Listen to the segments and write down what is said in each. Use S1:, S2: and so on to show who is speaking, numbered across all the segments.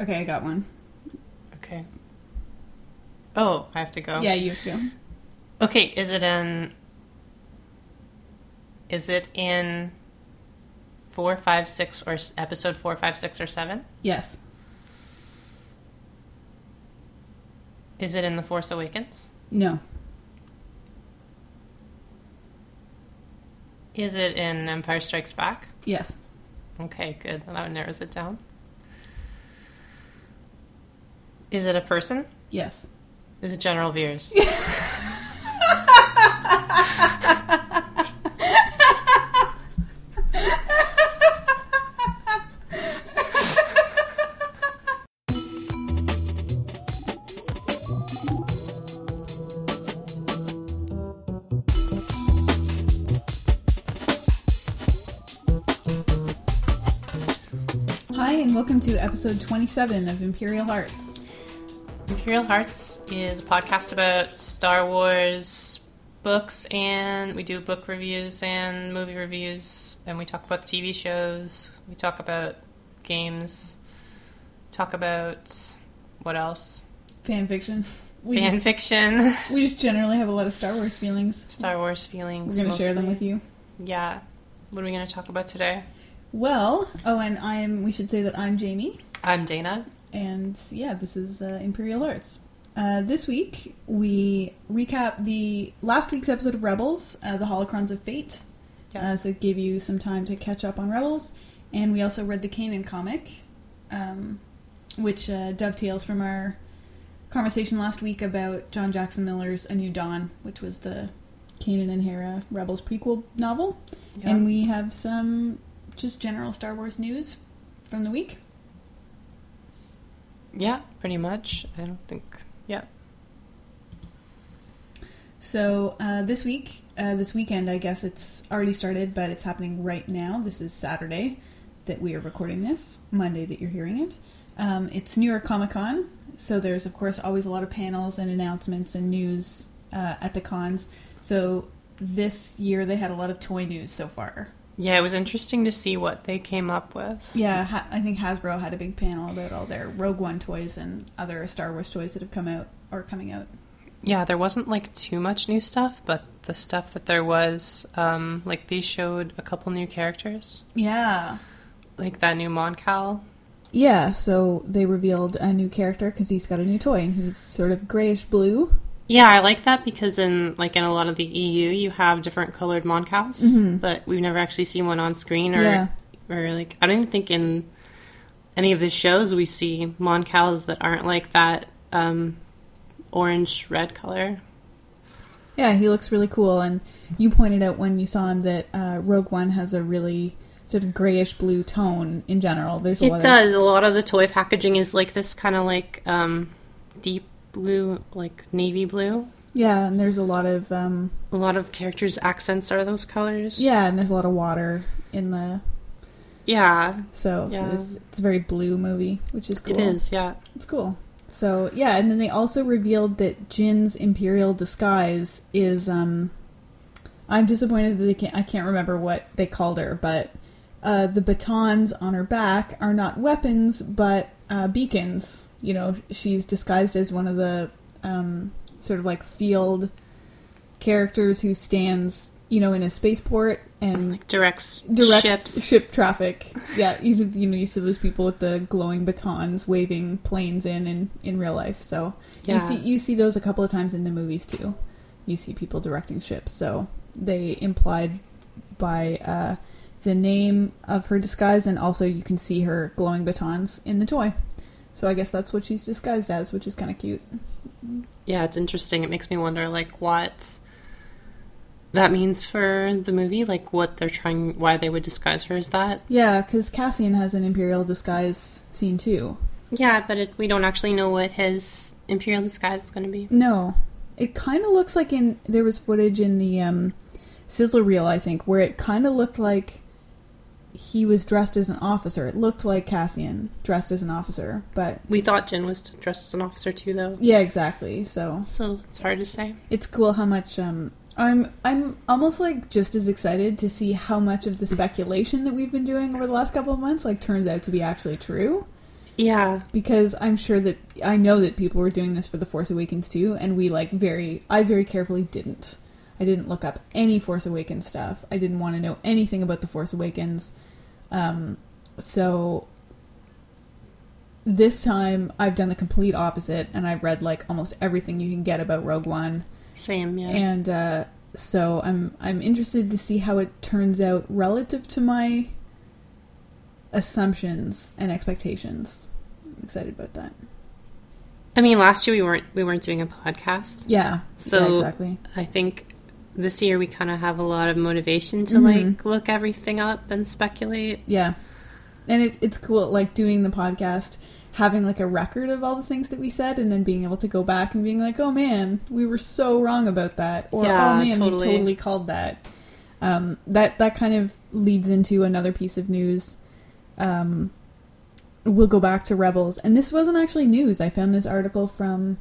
S1: Okay, I got one.
S2: Okay. Oh, I have to go.
S1: Yeah, you have to go.
S2: Okay, is it in Is it in four, five, six, or s- episode four, five, six, or seven?
S1: Yes.
S2: Is it in The Force Awakens?
S1: No.
S2: Is it in Empire Strikes Back?
S1: Yes.
S2: Okay, good. That narrows it down. Is it a person?
S1: Yes.
S2: Is it General Veers?
S1: Hi, and welcome to episode 27 of Imperial Hearts.
S2: Imperial Hearts is a podcast about Star Wars books, and we do book reviews and movie reviews, and we talk about TV shows, we talk about games, talk about what else?
S1: Fan fiction. We,
S2: Fan fiction,
S1: we just generally have a lot of Star Wars feelings.
S2: Star Wars
S1: We're
S2: feelings.
S1: going to share them
S2: mostly.
S1: with you.
S2: Yeah. What are we going to talk about today?
S1: Well, oh, and I'm, we should say that I'm Jamie,
S2: I'm Dana.
S1: and yeah, this is uh, Imperial Hearts. Uh, this week, we recap the last week's episode of Rebels, uh, The Holocrons of Fate.
S2: Yeah.
S1: Uh, so it gave you some time to catch up on Rebels. And we also read the Kanan comic, um, which uh, dovetails from our conversation last week about John Jackson Miller's A New Dawn, which was the Kanan and Hera Rebels prequel novel. And we have some just general Star Wars news from the week.
S2: yeah, pretty much. I don't think. Yeah.
S1: So uh, this week, uh, this weekend, I guess it's already started, but it's happening right now. This is Saturday that we are recording this, Monday that you're hearing it. Um, it's New York Comic Con, so there's of course always a lot of panels and announcements and news uh, at the cons. So this year they had a lot of toy news so far.
S2: Yeah, it was interesting to see what they came up with.
S1: Yeah, ha- I think Hasbro had a big panel about all their Rogue One toys and other Star Wars toys that have come out or coming out.
S2: Yeah, there wasn't like too much new stuff, but the stuff that there was, um, like they showed a couple new characters,
S1: Yeah,
S2: like that new Mon Cal.
S1: Yeah, so they revealed a new character because he's got a new toy and he's sort of grayish blue.
S2: Yeah, I like that because in like in a lot of the EU, you have different colored Mon Cals,
S1: Mhm.
S2: but we've never actually seen one on screen or
S1: Yeah.
S2: or like I don't even think in any of the shows we see Mon Cals that aren't like that um, orange red color.
S1: Yeah, he looks really cool. And you pointed out when you saw him that uh, Rogue One has a really sort of grayish blue tone in general. There's a
S2: It
S1: lot
S2: does. A lot of the toy packaging is like this kind of like um, deep blue, like navy blue.
S1: of yeah, and there's a lot of um,
S2: A lot of characters' accents are those colors.
S1: yeah, and there's a lot of water in the
S2: Yeah,
S1: so
S2: Yeah.
S1: it's, it's a very blue movie, which is cool.
S2: it is. Yeah.
S1: It's cool. So yeah, and then they also revealed that Jin's imperial disguise is. um I'm disappointed that they can't. I can't remember what they called her, but uh, the batons on her back are not weapons, but uh, beacons. You know, she's disguised as one of the um, sort of like field characters who stands, you know, in a spaceport and
S2: Like directs,
S1: direct
S2: ships.
S1: ship traffic. Yeah, you just- you know you see those people with the glowing batons waving planes in in, in real life. So
S2: yeah.
S1: you see you see those a couple of times in the movies too. You see people directing ships. So they implied by uh, the name of her disguise, and also you can see her glowing batons in the toy. So I guess that's what she's disguised as, which is kind of cute.
S2: yeah, it's interesting. It makes me wonder, like, what that means for the movie. Like, what they're trying, why they would disguise her as that.
S1: Yeah, because Cassian has an imperial disguise scene too.
S2: Yeah, but it, we don't actually know what his imperial disguise is going to be.
S1: No, it kind of looks like in there was footage in the um, sizzle reel, I think, where it kind of looked like he was dressed as an officer. It looked like Cassian dressed as an officer, but
S2: We thought Jin was dressed as an officer too, though.
S1: yeah, exactly. So
S2: So it's hard to say.
S1: it's cool how much um, I'm. I'm almost like just as excited to see how much of the speculation that we've been doing over the last couple of months like turns out to be actually true.
S2: Yeah.
S1: because I'm sure that I know that people were doing this for the Force Awakens too, and we like very I very carefully didn't. I didn't look up any Force Awakens stuff. I didn't want to know anything about the Force Awakens. Um, so this time I've done the complete opposite, and I've read like almost everything you can get about Rogue One,
S2: Same, yeah.
S1: and uh, so I'm I'm interested to see how it turns out relative to my assumptions and expectations. I'm excited about that.
S2: I mean, last year we weren't we weren't doing a podcast.
S1: Yeah.
S2: So-
S1: yeah, exactly.
S2: I think this year we kind of have a lot of motivation to
S1: Mhm.
S2: like look everything up and speculate.
S1: Yeah. And it, it's cool, like doing the podcast, having like a record of all the things that we said, and then being able to go back and being like, "Oh man, we were so wrong about that," or
S2: Yeah,
S1: "Oh man,
S2: totally.
S1: we totally called that." Um, that that kind of leads into another piece of news. Um, we'll go back to Rebels, and this wasn't actually news. I found this article from,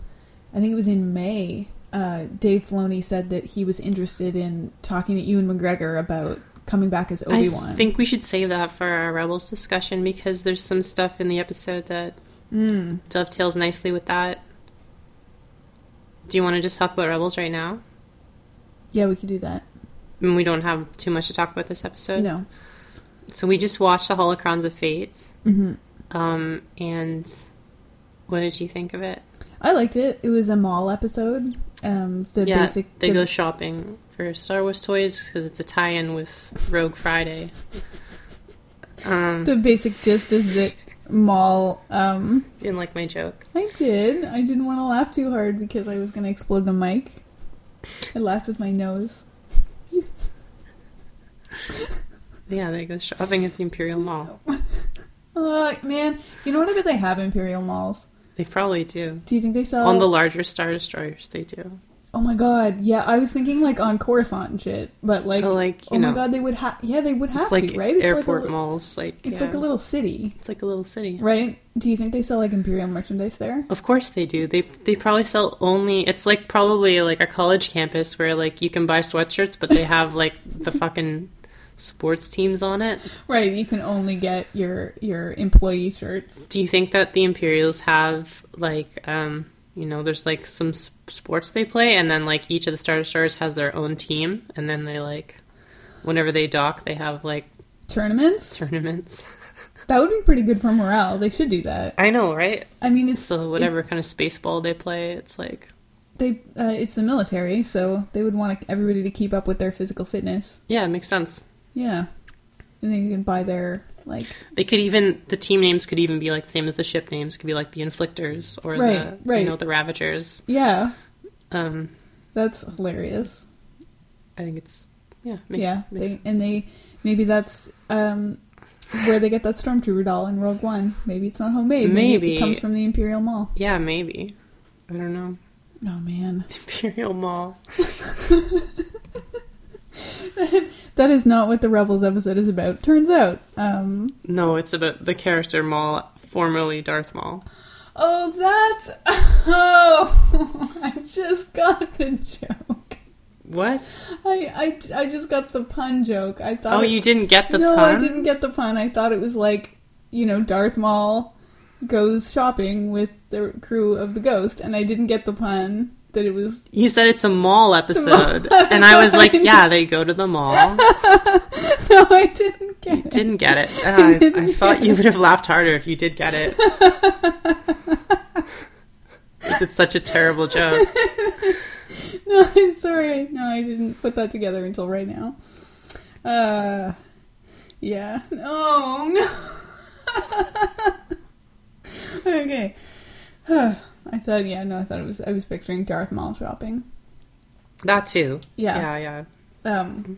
S1: I think it was in May. Uh, Dave Filoni said that he was interested in talking to Ewan McGregor about coming back as Obi Wan.
S2: I think we should save that for our Rebels discussion because there's some stuff in the episode that
S1: Mm.
S2: dovetails nicely with that. Do you want to just talk about Rebels right now?
S1: Yeah, we could do that.
S2: I mean, we don't have too much to talk about this episode.
S1: No.
S2: So we just watched the Holocrons of Fates.
S1: hmm
S2: Um, and what did you think of it?
S1: I liked it. It was a mall episode. Um, the
S2: yeah,
S1: basic.
S2: they
S1: the-
S2: go shopping for Star Wars toys because it's a tie-in with Rogue Friday. Um,
S1: the basic gist is that mall. Um,
S2: didn't like my joke.
S1: I did. I didn't want to laugh too hard because I was going to explode the mic. I laughed with my nose.
S2: Yeah, they go shopping at the Imperial Mall.
S1: Oh man, you know what? I bet they have Imperial malls.
S2: They probably do.
S1: Do you think they sell?
S2: On the larger Star Destroyers, they do.
S1: oh my god, yeah. I was thinking like on Coruscant and shit, but like,
S2: But like you
S1: oh
S2: know,
S1: my god, they would have. Yeah, they would have
S2: it's like
S1: to, right?
S2: airport
S1: it's like a, li-
S2: malls. Like
S1: It's
S2: yeah.
S1: like a little city,
S2: it's like a little city.
S1: right? Do you think they sell like Imperial merchandise there?
S2: Of course they do. They they probably sell only. It's like probably like a college campus where like you can buy sweatshirts, but they have like the fucking sports teams on it.
S1: Right, you can only get your your employee shirts.
S2: Do you think that the Imperials have like um you know there's like some s- sports they play, and then like each of the Star Destroyers has their own team, and then they like whenever they dock, they have like
S1: Tournaments?
S2: tournaments.
S1: That would be pretty good for morale. They should do that.
S2: I know, right?
S1: I mean, it's
S2: So whatever kind of space ball they play, it's like
S1: they uh, it's the military, so they would want everybody to keep up with their physical fitness.
S2: yeah, it makes sense.
S1: Yeah, and then you can buy their like
S2: They could even the team names could even be like the same as the ship names could be like the Inflictors or the
S1: Right, right.
S2: you know the Ravagers.
S1: yeah,
S2: Um,
S1: that's hilarious.
S2: I think it's yeah makes,
S1: yeah,
S2: makes
S1: they, and they maybe that's um where they get that stormtrooper doll in Rogue One. Maybe it's not homemade.
S2: Maybe.
S1: it comes from the Imperial Mall.
S2: yeah maybe I don't know
S1: Oh man.
S2: Imperial Mall.
S1: That is not what the Rebels episode is about. Turns out. Um,
S2: No, it's about the character Maul, formerly Darth Maul.
S1: oh, that's. Oh, I just got the joke.
S2: What?
S1: I, I, I just got the pun joke. I thought.
S2: Oh,
S1: it-
S2: you didn't get the
S1: no,
S2: pun.
S1: I didn't get the pun. I thought it was like, you know, Darth Maul goes shopping with the crew of the Ghost, and I didn't get the pun that it was.
S2: You said it's a mall episode, and I was like, yeah, they go to the mall.
S1: No, I didn't get it.
S2: didn't get it. Uh, I, I thought you would have laughed harder if you did get it. Is it such a terrible joke?
S1: No, I'm sorry. No, I didn't put that together until right now. Uh, yeah. Oh no. okay. Huh. I thought, yeah, no, I thought it was. I was picturing Darth Maul shopping.
S2: That too.
S1: Yeah.
S2: Yeah, yeah.
S1: Um.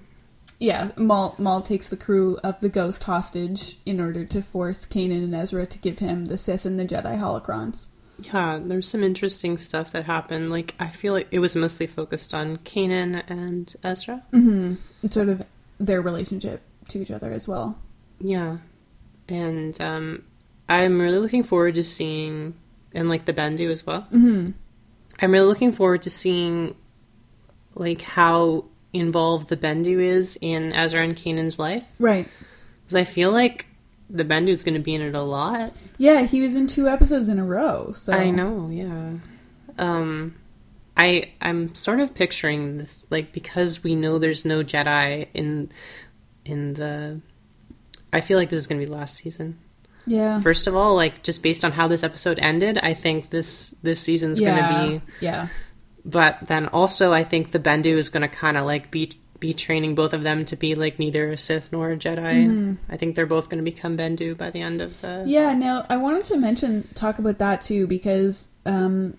S1: Yeah, Maul, Maul takes the crew of the Ghost hostage in order to force Kanan and Ezra to give him the Sith and the Jedi holocrons.
S2: Yeah, there's some interesting stuff that happened. Like, I feel like it was mostly focused on Kanan and Ezra.
S1: Mm-hmm. Sort of their relationship to each other as well.
S2: Yeah. And um, I'm really looking forward to seeing, and like the Bendu as well.
S1: Mm-hmm.
S2: I'm really looking forward to seeing, like, how involved the Bendu is in Ezra and Kanan's life.
S1: Right.
S2: Because I feel like the Bendu's going to be in it a lot.
S1: Yeah, he was in two episodes in a row. So
S2: I know, yeah. Um, I I'm sort of picturing this like because we know there's no Jedi in in the. I feel like this is going to be last season.
S1: Yeah.
S2: First of all, like just based on how this episode ended, I think this this season's
S1: yeah.
S2: going to be.
S1: Yeah.
S2: But then also, I think the Bendu is going to kind of like be be training both of them to be like neither a Sith nor a Jedi. I think they're both going to become Bendu by the end of the.
S1: Mm-hmm. Yeah, now I wanted to mention talk about that too because um,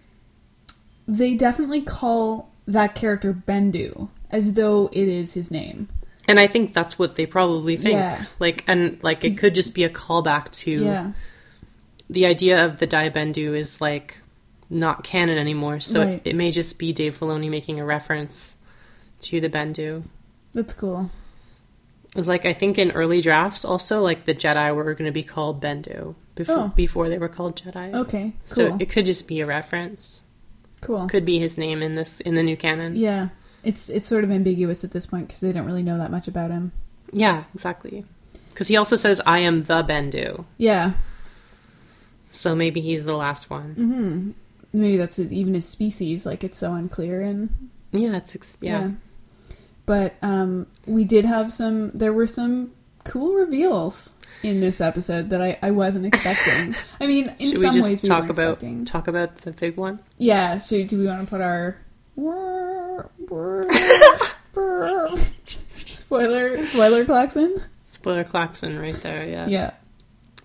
S1: they definitely call that character Bendu as though it is his name.
S2: And I think that's what they probably think.
S1: Yeah.
S2: Like and like it could just be a callback to
S1: Yeah,
S2: the idea of the Daibendu is like not canon anymore. So
S1: Right.
S2: it, it may just be Dave Filoni making a reference to the Bendu.
S1: that's cool.
S2: It's like I think in early drafts also like the Jedi were going to be called Bendu before
S1: Oh.
S2: before they were called Jedi.
S1: Okay, cool,
S2: So it could just be a reference.
S1: cool.
S2: Could be his name in this in the new canon.
S1: Yeah, it's it's sort of ambiguous at this point because they don't really know that much about him.
S2: Yeah, exactly. Because he also says, "I am the Bendu,"
S1: Yeah,
S2: so maybe he's the last one.
S1: hmm maybe that's his, even his species. Like it's so unclear and
S2: Yeah, it's ex- yeah.
S1: But um, we did have some. There were some cool reveals in this episode that I, I wasn't expecting. I mean, in
S2: Should
S1: some
S2: we just
S1: ways we
S2: talk
S1: weren't
S2: about
S1: expecting.
S2: talk about the big one?
S1: yeah. So do we want to put our brr, brr, brr, spoiler spoiler klaxon?
S2: Spoiler klaxon right there. Yeah.
S1: Yeah.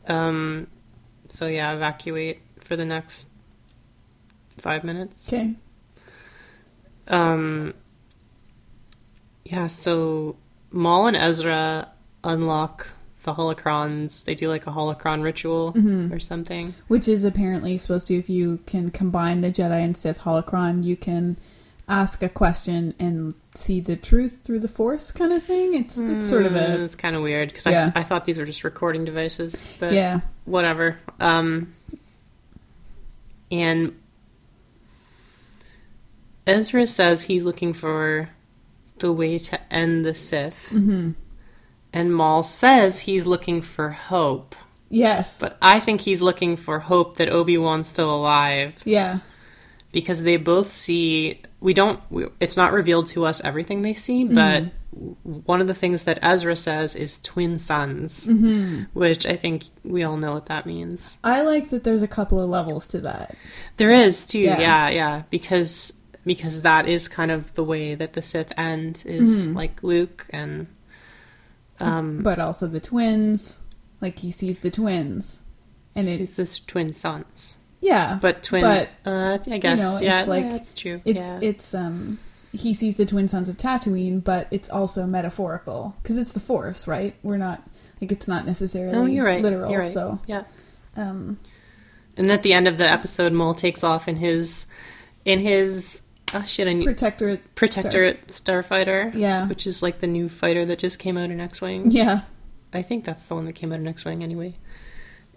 S2: Um. So yeah, evacuate for the next five minutes.
S1: Okay.
S2: Um. Yeah. So Maul and Ezra unlock the holocrons. They do like a holocron ritual
S1: Mm-hmm.
S2: or something.
S1: Which is apparently supposed to, if you can combine the Jedi and Sith holocron, you can ask a question and see the truth through the Force, kind of thing. It's it's sort of
S2: Mm,
S1: a
S2: It's kind of weird because
S1: Yeah.
S2: I, I thought these were just recording devices, but
S1: yeah.
S2: whatever. Um, and Ezra says he's looking for the way to end the Sith,
S1: Mm-hmm.
S2: and Maul says he's looking for hope.
S1: Yes.
S2: But I think he's looking for hope that Obi Wan's still alive
S1: yeah.
S2: because they both see we don't we, it's not revealed to us everything they see
S1: Mm-hmm.
S2: but w- one of the things that ezra says is twin sons
S1: Mm-hmm.
S2: which i think we all know what that means
S1: I like that there's a couple of levels to that.
S2: there is too yeah
S1: Yeah.
S2: yeah, because because that is kind of the way that the sith end is like luke and
S1: Mm-hmm.
S2: um,
S1: But also the twins. Like he sees the twins. And it
S2: it's this twin sons
S1: yeah.
S2: but twin
S1: But,
S2: uh, i guess
S1: know,
S2: yeah,
S1: it's like-
S2: yeah, that's true
S1: it's
S2: yeah.
S1: it's um he sees the twin sons of Tatooine, but it's also metaphorical because it's the force, right? We're not like it's not necessarily
S2: no you're right
S1: literal,
S2: you're right.
S1: so
S2: yeah
S1: um
S2: And at the end of the episode, Maul takes off in his in his oh shit, I need
S1: protectorate
S2: protectorate starfighter,
S1: Yeah.
S2: which is like the new fighter that just came out in X Wing.
S1: Yeah.
S2: I think that's the one that came out in X Wing anyway.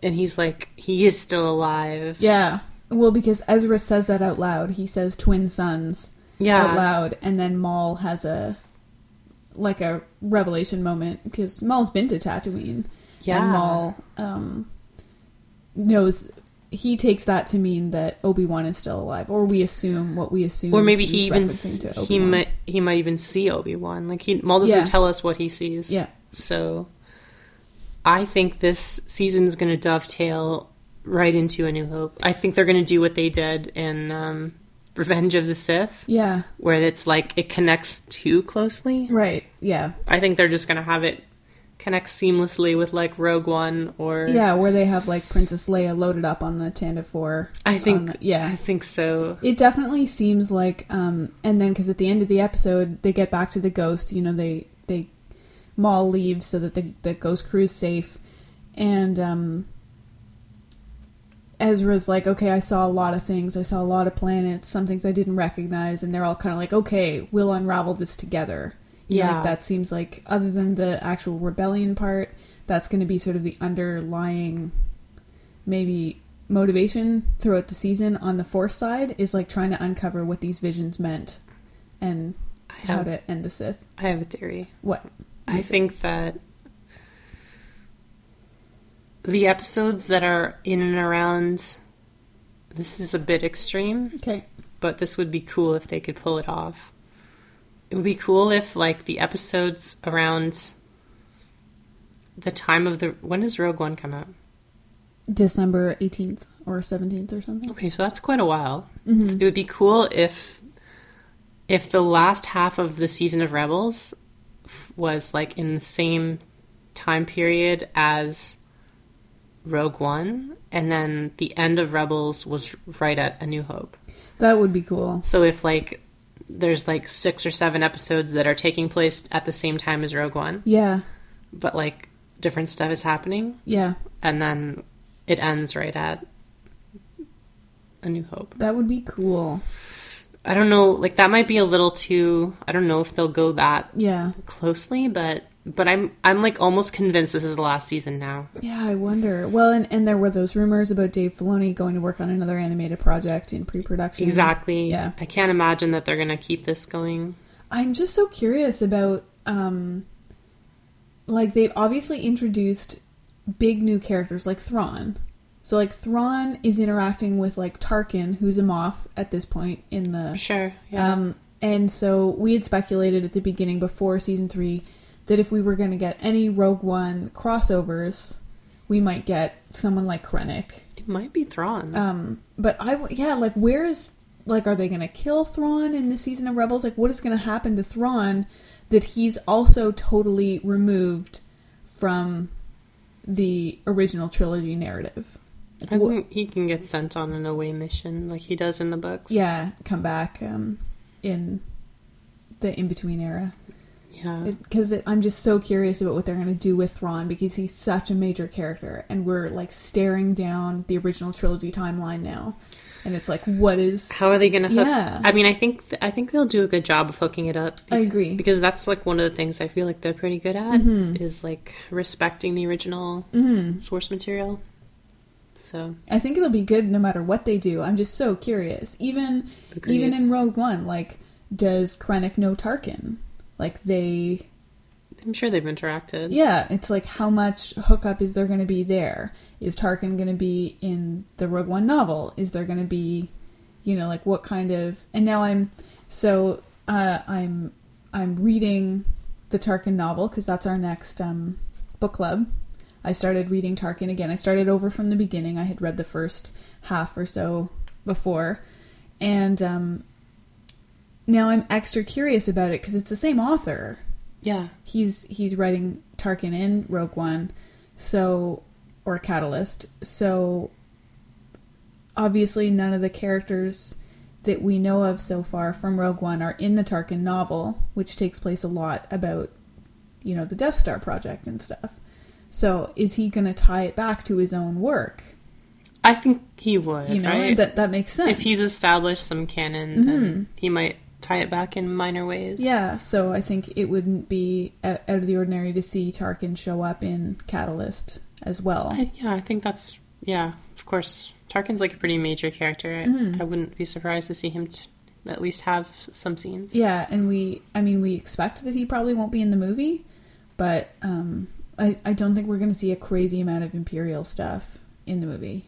S2: And he's like, he is still alive.
S1: Yeah. Well, because Ezra says that out loud. He says twin sons. out
S2: yeah,
S1: loud, and then Maul has a like a revelation moment because Maul's been to Tatooine, and
S2: Yeah.
S1: Maul um, knows he takes that to mean that Obi Wan is still alive, or we assume what we assume,
S2: Or maybe
S1: he's
S2: he even
S1: referencing to
S2: he
S1: Obi-Wan.
S2: might he might even see Obi Wan. Like he Maul doesn't
S1: Yeah.
S2: tell us what he sees.
S1: Yeah.
S2: So I think this season's going to dovetail right into A New Hope. I think they're going to do what they did in um, Revenge of the Sith,
S1: yeah,
S2: where it's like it connects too closely.
S1: right, yeah,
S2: I think they're just going to have it connect seamlessly with like Rogue One or
S1: yeah, where they have like Princess Leia loaded up on the Tantive
S2: I
S1: on
S2: think
S1: the- yeah.
S2: I think so.
S1: It definitely seems like, um, and then because at the end of the episode, they get back to the ghost. You know, they they Maul leaves so that the the ghost crew is safe, and um, Ezra's like, okay, I saw a lot of things. I saw a lot of planets. Some things I didn't recognize, and they're all kind of like, okay, we'll unravel this together. You know, like,
S2: Yeah.
S1: that seems like other than the actual rebellion part, that's going to be sort of the underlying maybe motivation throughout the season on the force side is like trying to uncover what these visions meant and
S2: I
S1: how
S2: have
S1: to end a Sith.
S2: I have a theory.
S1: What?
S2: I think that the episodes that are in and around. This is a bit extreme,
S1: Okay.
S2: but this would be cool if they could pull it off. It would be cool if, like, the episodes around the time of the. When does Rogue One come out?
S1: December 18th or 17th or something.
S2: Okay, so that's quite a while. It's- It would be cool if if the last half of the season of Rebels f- was like in the same time period as Rogue One, and then the end of Rebels was right at A New Hope.
S1: That would be cool.
S2: So if like there's like six or seven episodes that are taking place at the same time as Rogue One,
S1: Yeah.
S2: but like different stuff is happening,
S1: Yeah.
S2: and then it ends right at A New Hope.
S1: That would be cool.
S2: I don't know, like that might be a little too I don't know if they'll go that
S1: Yeah.
S2: closely, but but I'm I'm like almost convinced this is the last season now.
S1: Yeah, I wonder. Well, and, and there were those rumors about Dave Filoni going to work on another animated project in pre production.
S2: Exactly.
S1: Mm-hmm. Yeah.
S2: I can't imagine that they're gonna keep this going.
S1: I'm just so curious about um like they obviously introduced big new characters like Thrawn. So like Thrawn is interacting with like Tarkin, who's a moth at this point in the
S2: Sure. Yeah.
S1: um and so we had speculated at the beginning before season 3 that if we were going to get any Rogue One crossovers, we might get someone like Krennic.
S2: it might be Thrawn.
S1: Um, but I w- yeah, like where is like are they going to kill Thrawn in the season of Rebels? Like what is going to happen to Thrawn that he's also totally removed from the original trilogy narrative?
S2: I think he can get sent on an away mission like he does in the books.
S1: Yeah, come back um, in the in between era
S2: Yeah.
S1: because I'm just so curious about what they're going to do with Thrawn because he's such a major character and we're like staring down the original trilogy timeline now, and it's like what is
S2: how are they going to hook?
S1: Yeah.
S2: I mean, I think th- I think they'll do a good job of hooking it up.
S1: I agree. Mm-hmm.
S2: because that's like one of the things I feel like they're pretty good at is like respecting the original source material. So
S1: I think it'll be good no matter what they do. I'm just so curious. Even
S2: Agreed.
S1: even in Rogue One, like does Krennic know Tarkin? Like they
S2: I'm sure they've interacted.
S1: Yeah, it's like how much hookup is there gonna be there? Is Tarkin gonna be in the Rogue One novel? Is there gonna be you know, like what kind of and now I'm so uh, I'm I'm reading the Tarkin novel because that's our next um, book club. I started reading Tarkin again. I started over from the beginning. I had read the first half or so before, and um, now I'm extra curious about it because it's the same author.
S2: Yeah.
S1: He's he's writing Tarkin in Rogue One, so or Catalyst. So obviously, none of the characters that we know of so far from Rogue One are in the Tarkin novel, which takes place a lot about you know the Death Star project and stuff. So is he going to tie it back to his own work?
S2: I think he would.
S1: You know,
S2: right?
S1: and that that makes sense.
S2: if he's established some canon, then he might tie it back in minor ways.
S1: Mm-hmm. Yeah, so I think it wouldn't be out out of the ordinary to see Tarkin show up in Catalyst as well.
S2: I, yeah. I think that's yeah. Of course, Tarkin's like a pretty major character. I,
S1: Mm-hmm.
S2: I wouldn't be surprised to see him t- at least have some scenes.
S1: Yeah, and we, I mean, we expect that he probably won't be in the movie, but um, I, I don't think we're going to see a crazy amount of Imperial stuff in the movie.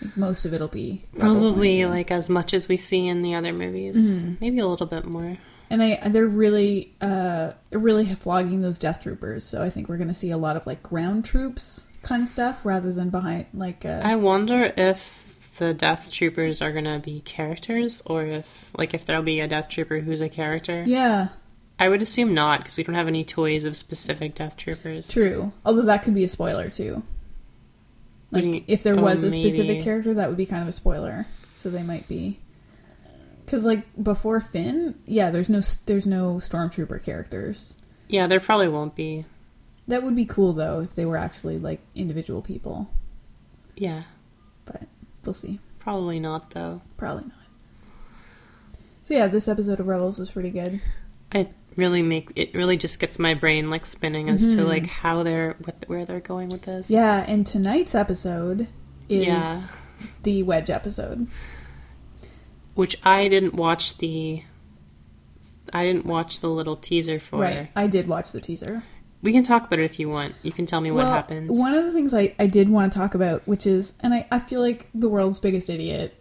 S1: Like, most of it'll be
S2: Probably like as much as we see in the other movies,
S1: Mm-hmm.
S2: maybe a little bit more.
S1: and I they're really uh really flogging those death troopers, so I think we're going to see a lot of like ground troops kind of stuff rather than behind like uh,
S2: I wonder if the Death Troopers are gonna be characters, or if like if there'll be a Death Trooper who's a character.
S1: yeah
S2: I would assume not, because we don't have any toys of specific Death Troopers.
S1: True. Although that could be a spoiler too. Like
S2: What do you-
S1: if there
S2: oh,
S1: was a specific
S2: maybe.
S1: character, that would be kind of a spoiler. So they might be. Because like before Finn, yeah, there's no there's no stormtrooper characters.
S2: Yeah, there probably won't be.
S1: That would be cool though if they were actually like individual people.
S2: Yeah,
S1: But we'll see.
S2: probably not though.
S1: Probably not. So yeah, this episode of Rebels was pretty good.
S2: It really make it really just gets my brain like spinning as to like how they're what, where they're going with this.
S1: Mm-hmm. Yeah, and tonight's episode is
S2: Yeah.
S1: the Wedge episode.
S2: which I didn't watch the. I didn't watch the little teaser for.
S1: Right. I did watch the teaser.
S2: We can talk about it if you want. You can tell me what
S1: Well,
S2: happens.
S1: One of the things I, I did want to talk about, which is, and I, I feel like the world's biggest idiot,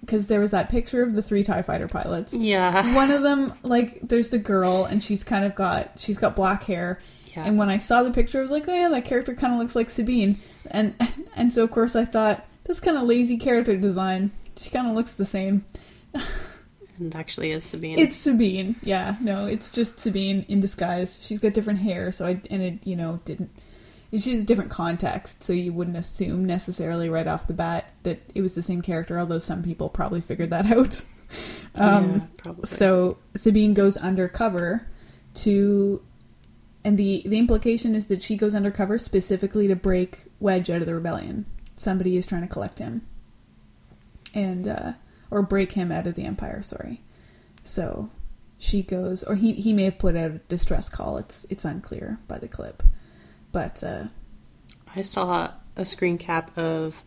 S1: because there was that picture of the three TIE fighter pilots.
S2: yeah.
S1: One of them, like, there's the girl, and she's kind of got, she's got black hair.
S2: Yeah.
S1: And when I saw the picture, I was like, oh yeah, that character kind of looks like Sabine. And, and so, of course, I thought, that's kind of lazy character design. She kind of looks the same.
S2: and actually is Sabine.
S1: It's Sabine. Yeah, no, it's just Sabine in disguise. She's got different hair, so I and it you know didn't. and She's a different context, so you wouldn't assume necessarily right off the bat that it was the same character. Although some people probably figured that out. Um,
S2: yeah, probably.
S1: so Sabine goes undercover to, and the the implication is that she goes undercover specifically to break Wedge out of the rebellion. Somebody is trying to collect him, and uh, or break him out of the Empire. Sorry. So she goes, or he he may have put out a distress call. It's it's unclear by the clip, but uh,
S2: I saw a screen cap of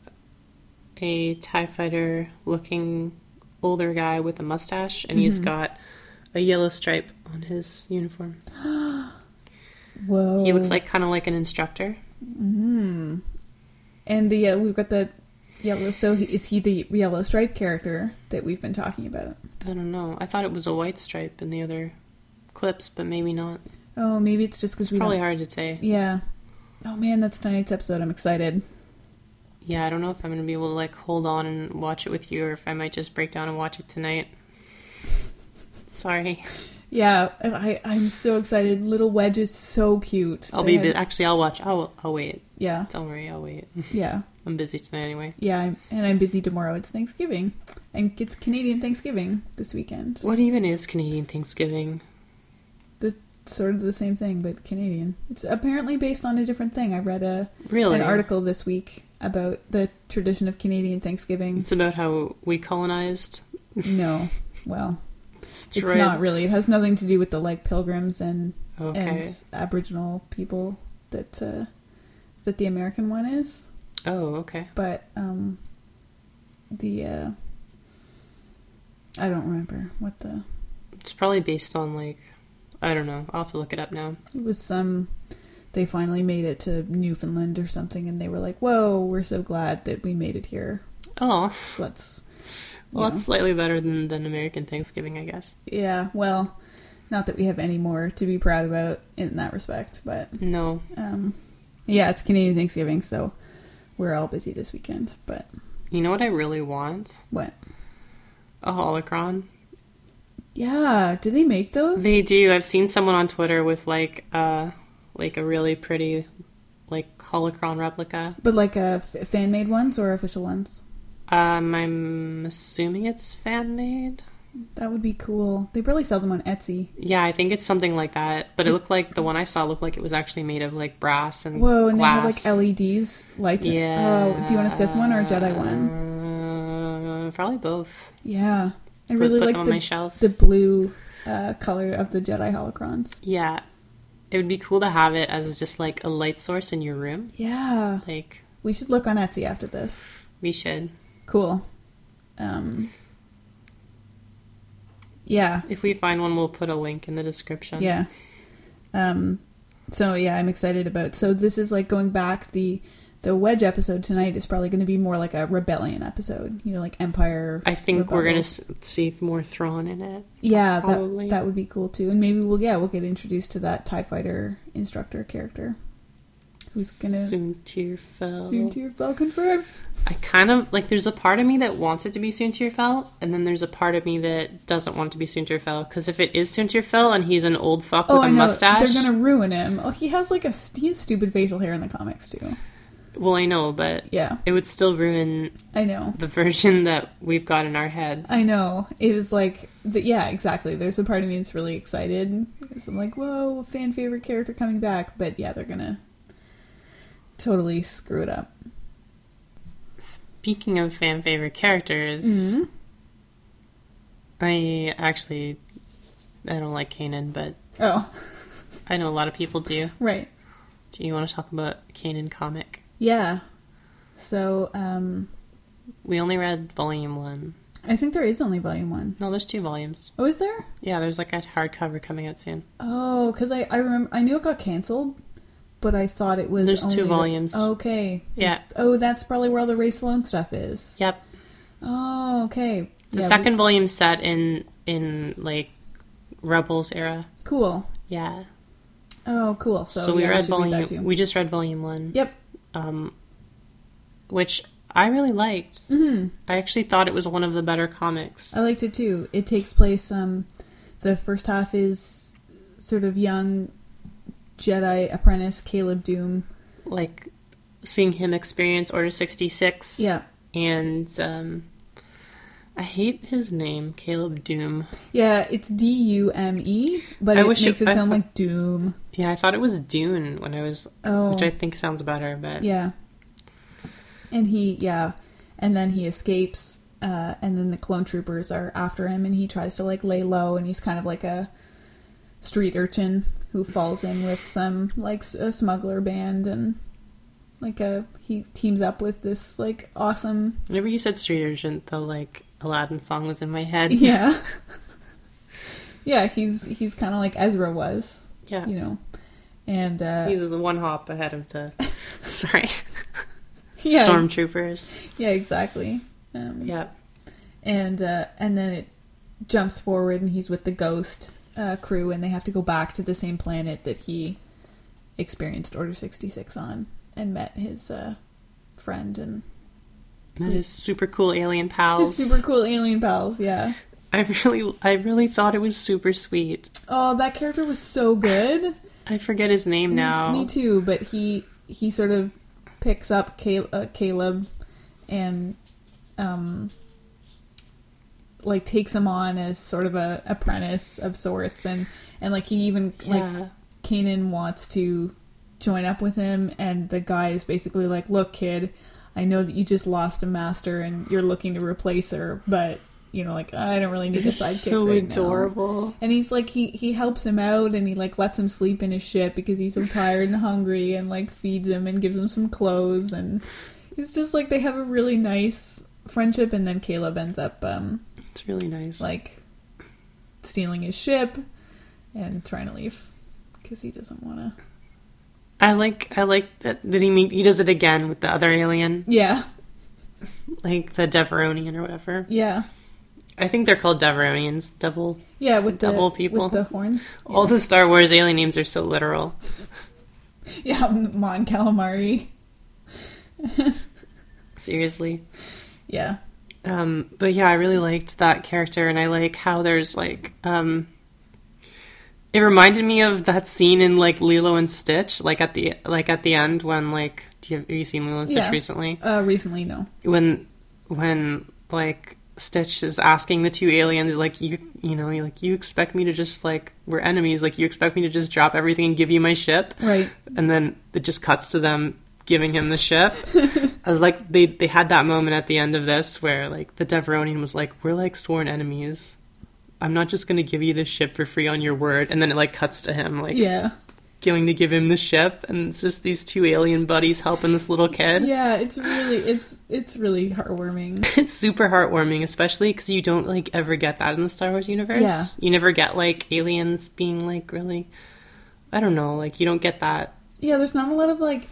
S2: a TIE fighter looking older guy with a mustache, and he's
S1: Mhm.
S2: got a yellow stripe on his uniform.
S1: whoa, Oh.
S2: He looks like kind of like an instructor.
S1: Mm. And the uh, we've got the yellow. So he, is he the yellow stripe character that we've been talking about?
S2: I don't know. I thought it was a white stripe in the other clips, but maybe not.
S1: Oh, maybe it's just because
S2: It's
S1: we
S2: probably
S1: don't.
S2: hard to say.
S1: Yeah. Oh man, that's tonight's episode. I'm excited.
S2: Yeah, I don't know if I'm going to be able to like hold on and watch it with you, or if I might just break down and watch it tonight. Sorry,
S1: Yeah, and I I'm so excited. Little Wedge is so cute.
S2: I'll
S1: They
S2: be.
S1: had-
S2: bu- Actually, I'll watch. I'll. I'll wait.
S1: Yeah,
S2: Don't worry, I'll wait.
S1: yeah,
S2: I'm busy tonight anyway.
S1: yeah. I'm, and I'm busy tomorrow. It's Thanksgiving, and it's Canadian Thanksgiving this weekend.
S2: What even is Canadian Thanksgiving?
S1: Sort of the same thing, but Canadian. It's apparently based on a different thing. I read a
S2: Really?
S1: an article this week about the tradition of Canadian Thanksgiving.
S2: It's about how we colonized.
S1: no, well,
S2: Straight.
S1: it's not really. It has nothing to do with the like pilgrims and
S2: Okay.
S1: and Aboriginal people that uh, that the American one is,
S2: Oh, okay.
S1: but um, the uh, I don't remember what the
S2: It's probably based on like, I don't know. I'll have to look it up now.
S1: it was some. They finally made it to Newfoundland or something, and they were like, "Whoa, we're so glad that we made it here.
S2: Oh,
S1: Let's." you
S2: well,
S1: know."
S2: that's slightly better than than American Thanksgiving, I guess.
S1: yeah. Well, not that we have any more to be proud about in that respect, but
S2: No,
S1: um, yeah, it's Canadian Thanksgiving, so we're all busy this weekend. But
S2: you know what I really want?
S1: what?
S2: A holocron.
S1: Yeah, do they make those?
S2: They do. I've seen someone on Twitter with like uh like a really pretty like holocron replica.
S1: but like uh, f- fan made ones or official ones?
S2: Um, I'm assuming it's fan made.
S1: That would be cool. They probably sell them on Etsy.
S2: Yeah, I think it's something like that. But it looked like the one I saw looked like it was actually made of like brass and
S1: Whoa, and
S2: glass.
S1: they have like LEDs lights. in-
S2: Yeah.
S1: Oh, do you want a Sith one or a Jedi one?
S2: one? Uh, probably both.
S1: Yeah, I
S2: Put-
S1: really
S2: put
S1: like
S2: them on
S1: the
S2: my shelf.
S1: the blue uh, color of the Jedi holocrons.
S2: yeah, it would be cool to have it as just like a light source in your room.
S1: Yeah,
S2: Like
S1: we should look on Etsy after this.
S2: we should.
S1: Cool. Um. Yeah.
S2: If we find one, we'll put a link in the description.
S1: Yeah. Um, so yeah, I'm excited about. So this is like going back the the wedge episode tonight is probably going to be more like a rebellion episode. You know, like Empire.
S2: I think we're gonna
S1: Rebels.
S2: s- see more Thrawn in it.
S1: Yeah,
S2: probably.
S1: that that would be cool too. And maybe we'll yeah we'll get introduced to that Tie Fighter instructor character, who's gonna
S2: soon Tyrfel.
S1: soon to your Falcon confirmed.
S2: I kind of like. There's a part of me that wants it to be soon Tyrfel, and then there's a part of me that doesn't want it to be soon Tyrfel. Because if it is soon Tyrfel and he's an old fuck
S1: Oh,
S2: with a
S1: I know
S2: mustache,
S1: they're gonna ruin him. Oh, he has like a st- he has stupid facial hair in the comics too.
S2: well, I know, but
S1: Yeah,
S2: it would still ruin
S1: I know.
S2: the version that we've got in our heads.
S1: I know. It was like, the, yeah, exactly. There's a part of me that's really excited. 'cause I'm like, whoa, fan favorite character coming back. But yeah, they're gonna totally screw it up.
S2: Speaking of fan favorite characters,
S1: Mm-hmm.
S2: I actually I don't like Kanan, but
S1: Oh,
S2: I know a lot of people do.
S1: right.
S2: Do you want to talk about Kanan comic?
S1: Yeah. So, um,
S2: We only read volume one.
S1: I think there is only volume one.
S2: No, there's two volumes.
S1: Oh, is there?
S2: Yeah, there's like a hardcover coming out soon.
S1: Oh, because I, I remember I knew it got canceled, but I thought it was
S2: There's two
S1: only-
S2: volumes.
S1: Okay.
S2: Yeah.
S1: There's- oh, that's probably where all the Ray Sloan stuff is.
S2: Yep.
S1: Oh, okay.
S2: The
S1: Yeah,
S2: second volume's set in in like Rebels era.
S1: we- cool.
S2: Yeah.
S1: Oh, cool.
S2: So,
S1: So,
S2: we
S1: yeah,
S2: read
S1: should read that
S2: volume.
S1: too.
S2: we just read volume one.
S1: Yep.
S2: Um, which I really liked.
S1: hmm
S2: I actually thought it was one of the better comics.
S1: I liked it too. It takes place. Um, the first half is sort of young Jedi apprentice Caleb Doom.
S2: Like seeing him experience Order sixty six.
S1: Yeah,
S2: And um, I hate his name, Caleb Doom.
S1: yeah. It's D U M E, but
S2: I
S1: it
S2: wish it-
S1: makes it,
S2: I
S1: sound
S2: thought-
S1: like Doom.
S2: Yeah, I thought it was Dune when I was,
S1: Oh,
S2: which I think sounds better, but
S1: yeah. And he, yeah, and then he escapes. Uh, and then the clone troopers are after him, and he tries to like lay low, and he's kind of like a street urchin who falls in with some like s- a smuggler band, and like a he teams up with this like awesome
S2: whenever you said street urchin, though, like Aladdin song was in my head.
S1: yeah yeah he's he's kind of like Ezra was,
S2: Yeah.
S1: you know, and uh,
S2: He's the one hop ahead of the sorry
S1: yeah
S2: stormtroopers.
S1: yeah exactly um,
S2: Yeah,
S1: and uh, and then it jumps forward and he's with the ghost uh, crew and they have to go back to the same planet that he experienced order 66 on and met his uh, friend and
S2: met his super cool alien pals.
S1: his super cool alien pals yeah
S2: I really, I really thought it was super sweet.
S1: oh that character was so good
S2: I forget his name
S1: Me-
S2: now.
S1: me, too but he he sort of picks up Cal- uh, caleb and um like takes him on as sort of a apprentice of sorts and and like he even like
S2: Yeah,
S1: Kanan wants to join up with him, and the guy is basically like, "Look, kid, I know that you just lost a master and you're looking to replace her, but you know, like, I don't really need a
S2: He's
S1: sidekick."
S2: so
S1: right now."
S2: adorable.
S1: And he's like, he he helps him out, and he like lets him sleep in his ship because he's so tired and hungry, and like feeds him and gives him some clothes, and it's just like they have a really nice friendship, and then Caleb ends up um
S2: It's really nice.
S1: like stealing his ship and trying to leave because he doesn't want to.
S2: I like, I like that, that he meet, he does it again with the other alien,
S1: Yeah,
S2: like the Deveronian or whatever.
S1: yeah,
S2: I think they're called Deveronians. Devil.
S1: yeah. With
S2: The
S1: the,
S2: double people.
S1: with the horns. Yeah,
S2: All the Star Wars alien names are so literal.
S1: yeah Mon Calamari.
S2: Seriously.
S1: Yeah,
S2: Um, but yeah, I really liked that character, and I like how there's like. Um, it reminded me of that scene in like Lilo and Stitch, like at the like at the end when like do you have you seen Lilo and Stitch
S1: Yeah.
S2: recently?
S1: uh, recently no.
S2: When when like Stitch is asking the two aliens like you you know you like you expect me to just like we're enemies like you expect me to just drop everything and give you my ship
S1: Right.
S2: and then it just cuts to them giving him the ship. I was like, they they had that moment at the end of this where like the Deveronian was like, "We're like sworn enemies. I'm not just gonna give you the ship for free on your word." And then it like cuts to him like
S1: Yeah,
S2: going to give him the ship, and it's just these two alien buddies helping this little kid.
S1: yeah. It's really it's it's really heartwarming.
S2: It's super heartwarming, especially because you don't like ever get that in the Star Wars universe.
S1: Yeah.
S2: You never get like aliens being like really, I don't know, like you don't get that.
S1: Yeah, there's not a lot of like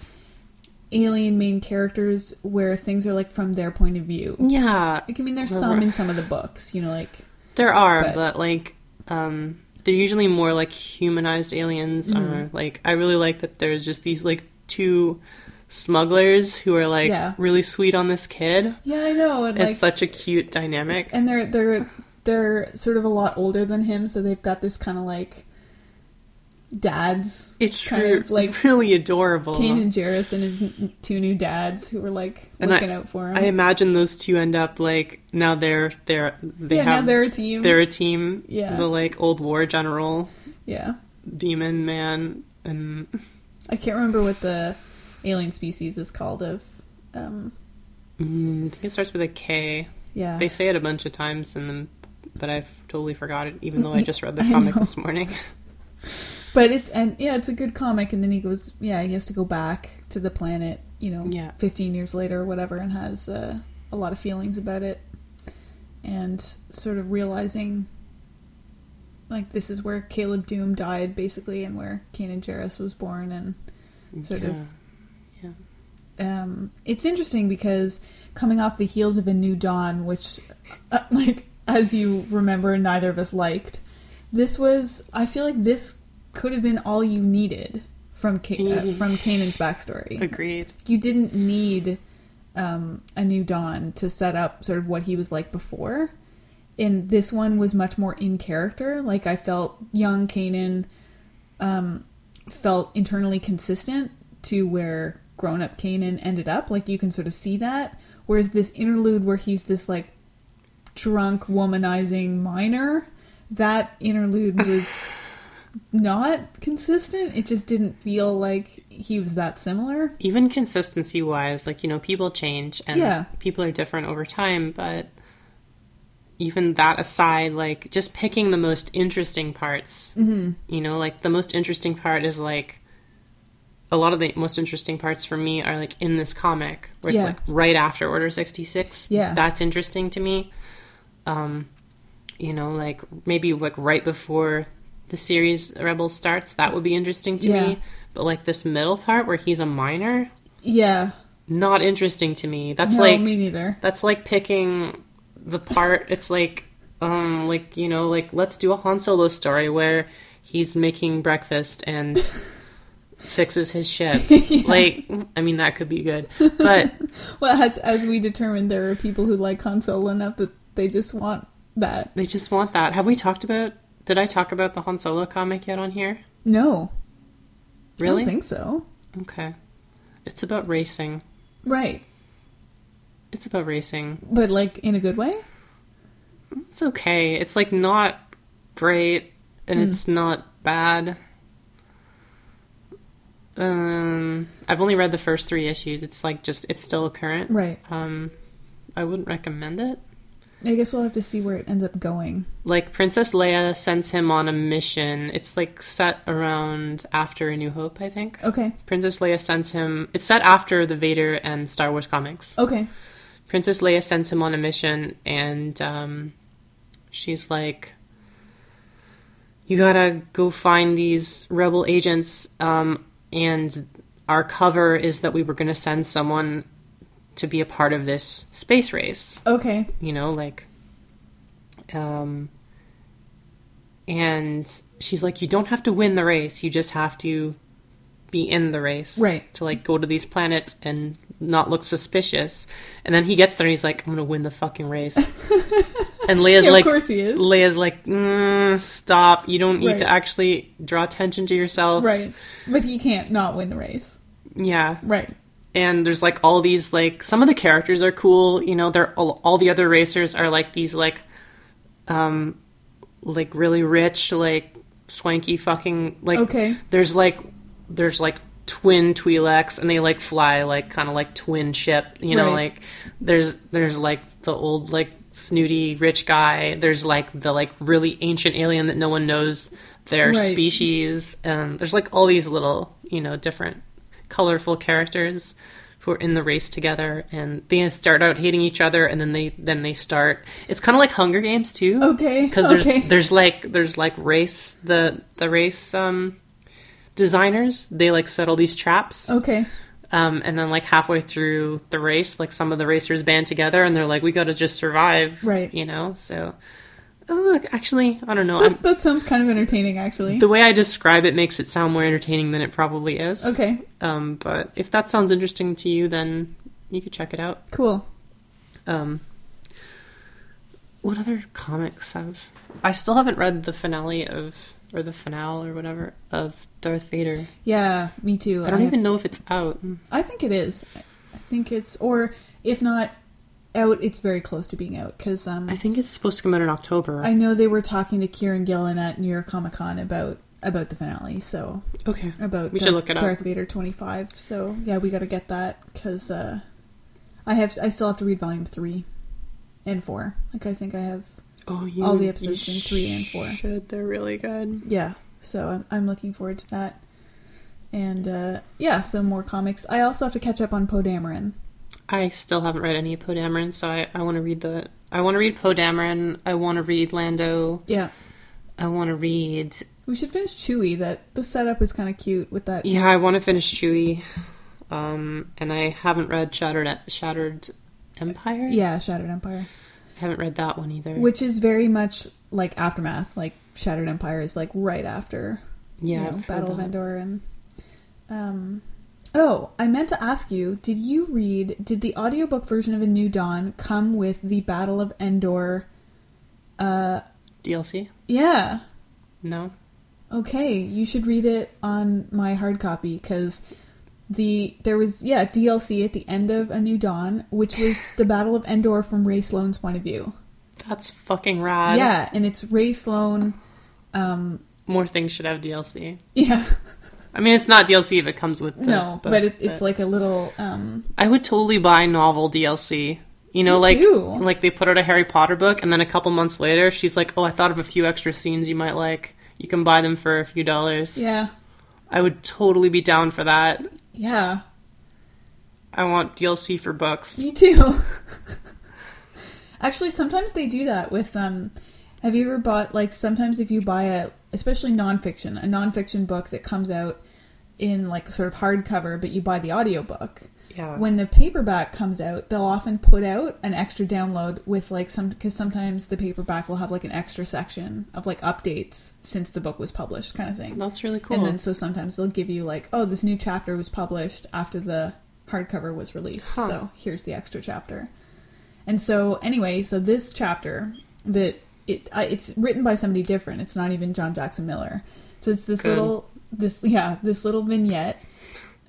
S1: alien main characters where things are like from their point of view.
S2: Yeah,
S1: Like I mean, there's
S2: Well,
S1: some
S2: we're-
S1: in some of the books. You know, like
S2: There are,
S1: But-
S2: but, like um, they're usually more like humanized aliens.
S1: Mm-hmm.
S2: Or like I really like that there's just these like two smugglers who are like
S1: Yeah.
S2: really sweet on this kid.
S1: yeah, I know. And, like,
S2: it's such a cute dynamic.
S1: and they're they're they're sort of a lot older than him, so they've got this kind of like dads.
S2: It's
S1: kind
S2: re-
S1: of, like,
S2: really adorable.
S1: Kane and Jarrus and his n- two new dads who were like
S2: And
S1: looking
S2: I-
S1: out for him.
S2: I imagine those two end up like now they're they're they
S1: yeah,
S2: have
S1: now they're a team.
S2: they're a team.
S1: Yeah.
S2: the like old war general,
S1: yeah,
S2: demon man, and
S1: I can't remember what the alien species is called. Of um,
S2: mm, I think it starts with a K.
S1: yeah,
S2: They say it a bunch of times, and then, but I've totally forgot it. Even though I just read the
S1: I
S2: comic
S1: know.
S2: this morning.
S1: but it's and yeah, it's a good comic. And then he goes, yeah, he has to go back to the planet. You know,
S2: Yeah.
S1: fifteen years later or whatever, and has uh, a lot of feelings about it. and sort of realizing like this is where Caleb Doom died basically and where Kanan Jarrus was born and sort
S2: yeah.
S1: of
S2: Yeah.
S1: um, it's interesting because coming off the heels of a new dawn, which, uh, like as you remember, neither of us liked. This was, I feel like this could have been all you needed from Ka- uh, from Kanan's backstory.
S2: Agreed.
S1: You didn't need um, a new dawn to set up sort of what he was like before. And this one was much more in character. Like I felt young Kanan um, felt internally consistent to where grown up Kanan ended up. Like you can sort of see that. Whereas this interlude where he's this like drunk womanizing minor, that interlude was not consistent. It just didn't feel like he was that similar.
S2: Even consistency wise, like, you know, people change and
S1: Yeah.
S2: people are different over time, but even that aside, like, just picking the most interesting parts, mm-hmm. you know, like, the most interesting part is like, a lot of the most interesting parts for me are like in this comic where it's
S1: Yeah.
S2: like right after Order 66.
S1: Yeah.
S2: That's interesting to me. Um, you know, like maybe like right before the series Rebels starts, that would be interesting to
S1: Yeah.
S2: me. But like this middle part where he's a minor,
S1: Yeah.
S2: not interesting to me. That's
S1: no,
S2: like
S1: me neither.
S2: that's like picking the part. It's like um like you know like let's do a Han Solo story where he's making breakfast and fixes his ship. Like I mean that could be good, but
S1: Well, as as we determined, there are people who like Han Solo enough that they just want that.
S2: they just want that. Have we talked about? Did I talk about the Han Solo comic yet on here?
S1: No, I
S2: Really?
S1: don't think so.
S2: Okay. It's about racing.
S1: Right,
S2: It's about racing.
S1: but like in a good way.
S2: It's okay. It's like not great and it's not bad. Um I've only read the first 3 issues. It's like just it's still current.
S1: Right.
S2: Um I wouldn't recommend it.
S1: I guess we'll have to see where it ends up going.
S2: Like Princess Leia sends him on a mission. It's like set around after A New Hope, I think.
S1: Okay.
S2: Princess Leia sends him. It's set after the Vader and Star Wars comics.
S1: Okay.
S2: Princess Leia sends him on a mission, and um, she's like, "You gotta go find these rebel agents." Um, and our cover is that we were gonna send someone to be a part of this space race.
S1: Okay.
S2: You know, like, um, and she's like, "You don't have to win the race. You just have to." be in the race
S1: Right.
S2: to like go to these planets and not look suspicious and then he gets there and he's like i'm gonna win the fucking race and leia's
S1: Yeah,
S2: like
S1: of course he is.
S2: leia's like mm, stop you don't need
S1: Right.
S2: to actually draw attention to yourself
S1: Right, but he can't not win the race.
S2: yeah
S1: Right.
S2: and there's like all these like some of the characters are cool you know they're all, all the other racers are like these like um like really rich like swanky fucking like
S1: Okay.
S2: there's like there's like twin Twi'leks and they like fly like kind of like twin ship you know
S1: Right.
S2: like there's there's like the old like snooty rich guy there's like the like really ancient alien that no one knows their
S1: Right.
S2: species um there's like all these little you know different colorful characters who are in the race together and they start out hating each other and then they then they start it's kind of like hunger games too
S1: Okay,
S2: because there's
S1: Oh, okay.
S2: there's like there's like race the the race um designers they like set all these traps
S1: Okay.
S2: um and then like halfway through the race like some of the racers band together and they're like we gotta just survive
S1: Right.
S2: you know so oh, actually i don't know I'm,
S1: That, that sounds kind of entertaining, actually.
S2: the way i describe it makes it sound more entertaining than it probably is
S1: Okay.
S2: um, but if that sounds interesting to you, then you could check it out.
S1: Cool.
S2: Um, what other comics have I still haven't read the finale of or the finale or whatever of Darth Vader.
S1: Yeah. Me too.
S2: I don't even know if it's out.
S1: I think it is. I think it's, or if not out, it's very close to being out because um,
S2: I think it's supposed to come out in October.
S1: I know they were talking to Kieran Gillen at New York Comic Con about about the finale, so
S2: okay.
S1: about
S2: We should
S1: Darth,
S2: look it up.
S1: Darth Vader twenty five. So yeah, we got to get that because uh, I have I still have to read volume three and four. Like I think I have
S2: Oh, you,
S1: All the episodes in three and four.
S2: should. They're really good.
S1: yeah. So I'm I'm looking forward to that, and uh, yeah, so more comics. I also have to catch up on Poe Dameron.
S2: I still haven't read any of Poe Dameron, so I, I want to read the I want to read Poe Dameron. I want to read Lando.
S1: Yeah.
S2: I want to read.
S1: We should finish Chewy. That the setup is kind of cute with that.
S2: Yeah, I want to finish Chewie. Um, and I haven't read Shattered Shattered Empire.
S1: Yeah, Shattered Empire,
S2: I haven't read that one either.
S1: which is very much like aftermath. Like Shattered Empire is like right after
S2: yeah,
S1: you know,
S2: I've heard
S1: Battle of
S2: that.
S1: Endor and um Oh, I meant to ask you, did you read did the audiobook version of A New Dawn come with the Battle of Endor uh
S2: DLC.
S1: yeah.
S2: No.
S1: Okay, you should read it on my hard copy cuz the there was yeah, DLC at the end of A New Dawn, which was the Battle of Endor from Ray Sloan's point of view.
S2: That's fucking rad.
S1: yeah, and it's Ray Sloan um
S2: More things should have DLC.
S1: yeah,
S2: I mean, it's not DLC if it comes with. The,
S1: no, but, it, it's like a little um
S2: I would totally buy novel DLC. You know,
S1: Me
S2: like
S1: too.
S2: like they put out a Harry Potter book, and then a couple months later, she's like, "Oh, I thought of a few extra scenes you might like. You can buy them for a few dollars."
S1: yeah,
S2: I would totally be down for that.
S1: yeah.
S2: I want DLC for books.
S1: Me too. Actually, sometimes they do that with um. Have you ever bought like sometimes if you buy a especially nonfiction a nonfiction book that comes out in like sort of hardcover, but you buy the audiobook.
S2: Yeah.
S1: When the paperback comes out, they'll often put out an extra download with like some because sometimes the paperback will have like an extra section of like updates since the book was published, kind of thing.
S2: That's really cool.
S1: And then so sometimes they'll give you like, oh, this new chapter was published after the hardcover was released.
S2: Huh.
S1: So here's the extra chapter. And so anyway, so this chapter that it I, it's written by somebody different. It's not even John Jackson Miller. So it's this
S2: Good.
S1: little this yeah this little vignette.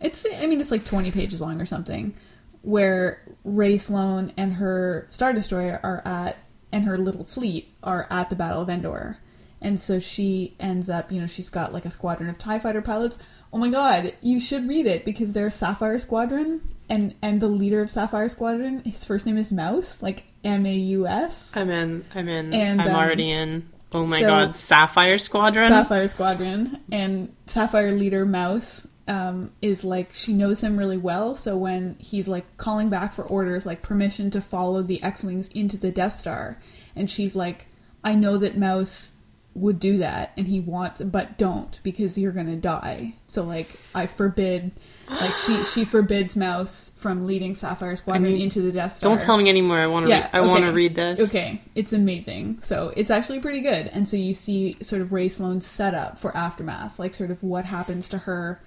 S1: It's I mean it's like twenty pages long or something, where Ray Sloan and her Star Destroyer are at and her little fleet are at the Battle of Endor. And so she ends up, you know, she's got like a squadron of TIE fighter pilots. Oh my god, you should read it because they're Sapphire Squadron and and the leader of Sapphire Squadron, his first name is Mouse, like M A U S.
S2: I'm in. I'm in.
S1: And,
S2: I'm
S1: um,
S2: already in. Oh my
S1: so-
S2: god, Sapphire Squadron.
S1: Sapphire Squadron and Sapphire leader Mouse um, is like she knows him really well. So when he's like calling back for orders, like permission to follow the X wings into the Death Star, and she's like, "I know that Mouse would do that, and he wants, but don't because you're gonna die." So like, I forbid. Like she she forbids Mouse from leading Sapphire Squadron
S2: need-
S1: into the Death Star.
S2: Don't tell me anymore. I want to.
S1: Yeah,
S2: read, I want to
S1: okay.
S2: read this.
S1: Okay, it's amazing. So it's actually pretty good. And so you see sort of Ray Sloan's setup for Aftermath, like sort of what happens to her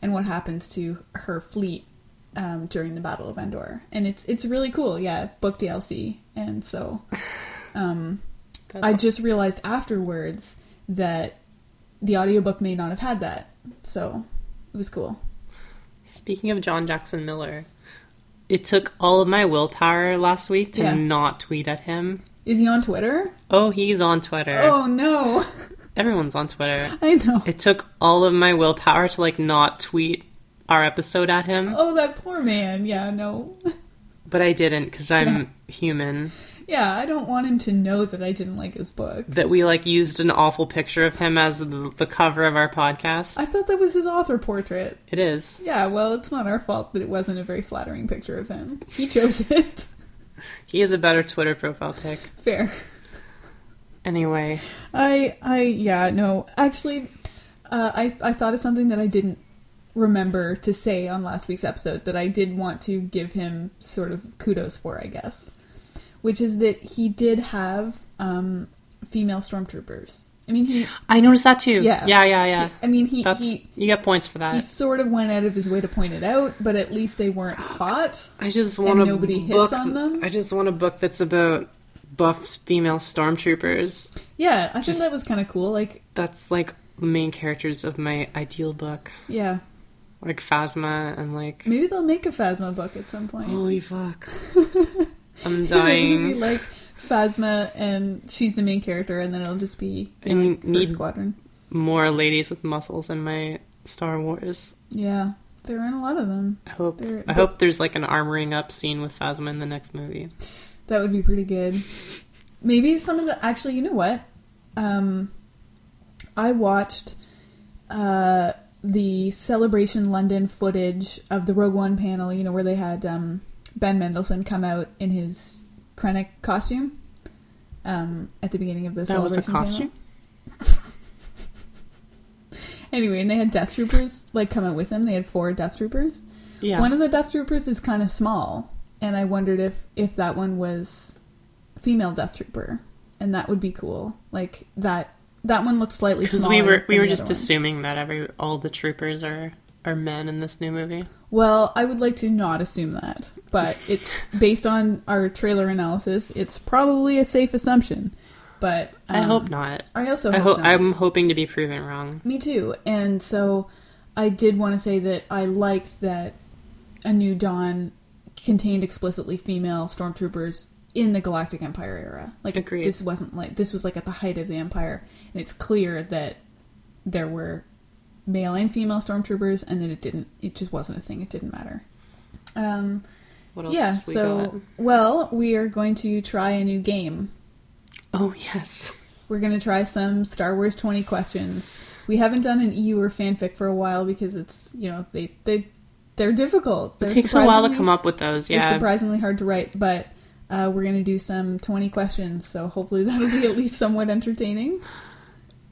S1: and what happens to her fleet um, during the Battle of Endor. And it's it's really cool. Yeah, book DLC. And so um,
S2: That's
S1: I just realized afterwards that the audiobook may not have had that. So it was cool.
S2: Speaking of John Jackson Miller, it took all of my willpower last week to
S1: Yeah.
S2: not tweet at him.
S1: Is he on Twitter?
S2: Oh, he's on Twitter.
S1: Oh no.
S2: Everyone's on Twitter.
S1: I know.
S2: It took all of my willpower to like not tweet our episode at him,
S1: Oh, that poor man. Yeah, no.
S2: but I didn't because I'm human.
S1: Yeah, I don't want him to know that I didn't like his book.
S2: That we like used an awful picture of him as the, the cover of our podcast.
S1: I thought that was his author portrait.
S2: It is.
S1: Yeah, well, it's not our fault that it wasn't a very flattering picture of him. He chose it.
S2: He is a better Twitter profile pic.
S1: Fair.
S2: Anyway,
S1: I, I, yeah, no. Actually, uh, I, I thought of something that I didn't remember to say on last week's episode that I did want to give him sort of kudos for, I guess, which is that he did have um, female stormtroopers. I mean, he.
S2: I noticed that too.
S1: Yeah.
S2: yeah, yeah. yeah.
S1: he- I mean, he.
S2: That's
S1: he
S2: you get points for that.
S1: he sort of went out of his way to point it out, but at least they weren't caught.
S2: I just want to
S1: nobody hits
S2: book.
S1: on them?
S2: I just want a book that's about buff female stormtroopers.
S1: Yeah, I
S2: Just-
S1: think that was kind of cool. Like,
S2: That's like the main characters of my ideal book,
S1: yeah,
S2: like Phasma and like
S1: maybe they'll make a Phasma book at some point.
S2: holy fuck, I'm
S1: It'll be
S2: dying.
S1: like Phasma, and she's the main character, and then it'll just be you know,
S2: And
S1: like, her
S2: need-
S1: squadron.
S2: More ladies with muscles in my Star Wars.
S1: Yeah, there aren't a lot of them.
S2: I hope.
S1: They're-
S2: I hope there's like an armoring up scene with Phasma in the next movie.
S1: That would be pretty good. Maybe some of the actually, you know what? Um, I watched uh, the Celebration London footage of the Rogue One panel. You know where they had um, Ben Mendelsohn come out in his Krennic costume um, at the beginning of the
S3: That was a
S1: celebration. panel.
S3: costume.
S1: Anyway, and they had Death Troopers like coming with them. They had four Death Troopers.
S3: Yeah.
S1: One of the Death Troopers is kind of small, and I wondered if if that one was female Death Trooper, and that would be cool. Like that that one looked slightly
S3: because
S1: smaller.
S3: we were we
S1: than
S3: were
S1: the
S3: just
S1: other ones.
S3: assuming that every all the troopers are are men in this new movie.
S1: Well, I would like to not assume that, but it's based on our trailer analysis. It's probably a safe assumption, but
S3: I
S1: um,
S3: hope not.
S1: I also
S3: I
S1: hope
S3: hope
S1: not.
S3: I'm hoping to be proven wrong.
S1: Me too. And so I did want to say that I liked that A New Dawn contained explicitly female stormtroopers in the Galactic Empire era. Like
S3: Agreed.
S1: this wasn't like this was like at the height of the empire and it's clear that there were male and female stormtroopers and that it didn't it just wasn't a thing. It didn't matter. Um
S3: What else?
S1: yeah,
S3: we
S1: so
S3: got?
S1: well, we are going to try a new game.
S3: oh yes,
S1: We're going to try some Star Wars 20 questions. We haven't done an EU or fanfic for a while because it's, you know, they they they're difficult. They're
S3: it takes a while to
S1: surprisingly-
S3: come up with those.
S1: They're
S3: Yeah,
S1: surprisingly hard to write, but uh, we're going to do some 20 questions, so hopefully that'll be at least somewhat entertaining.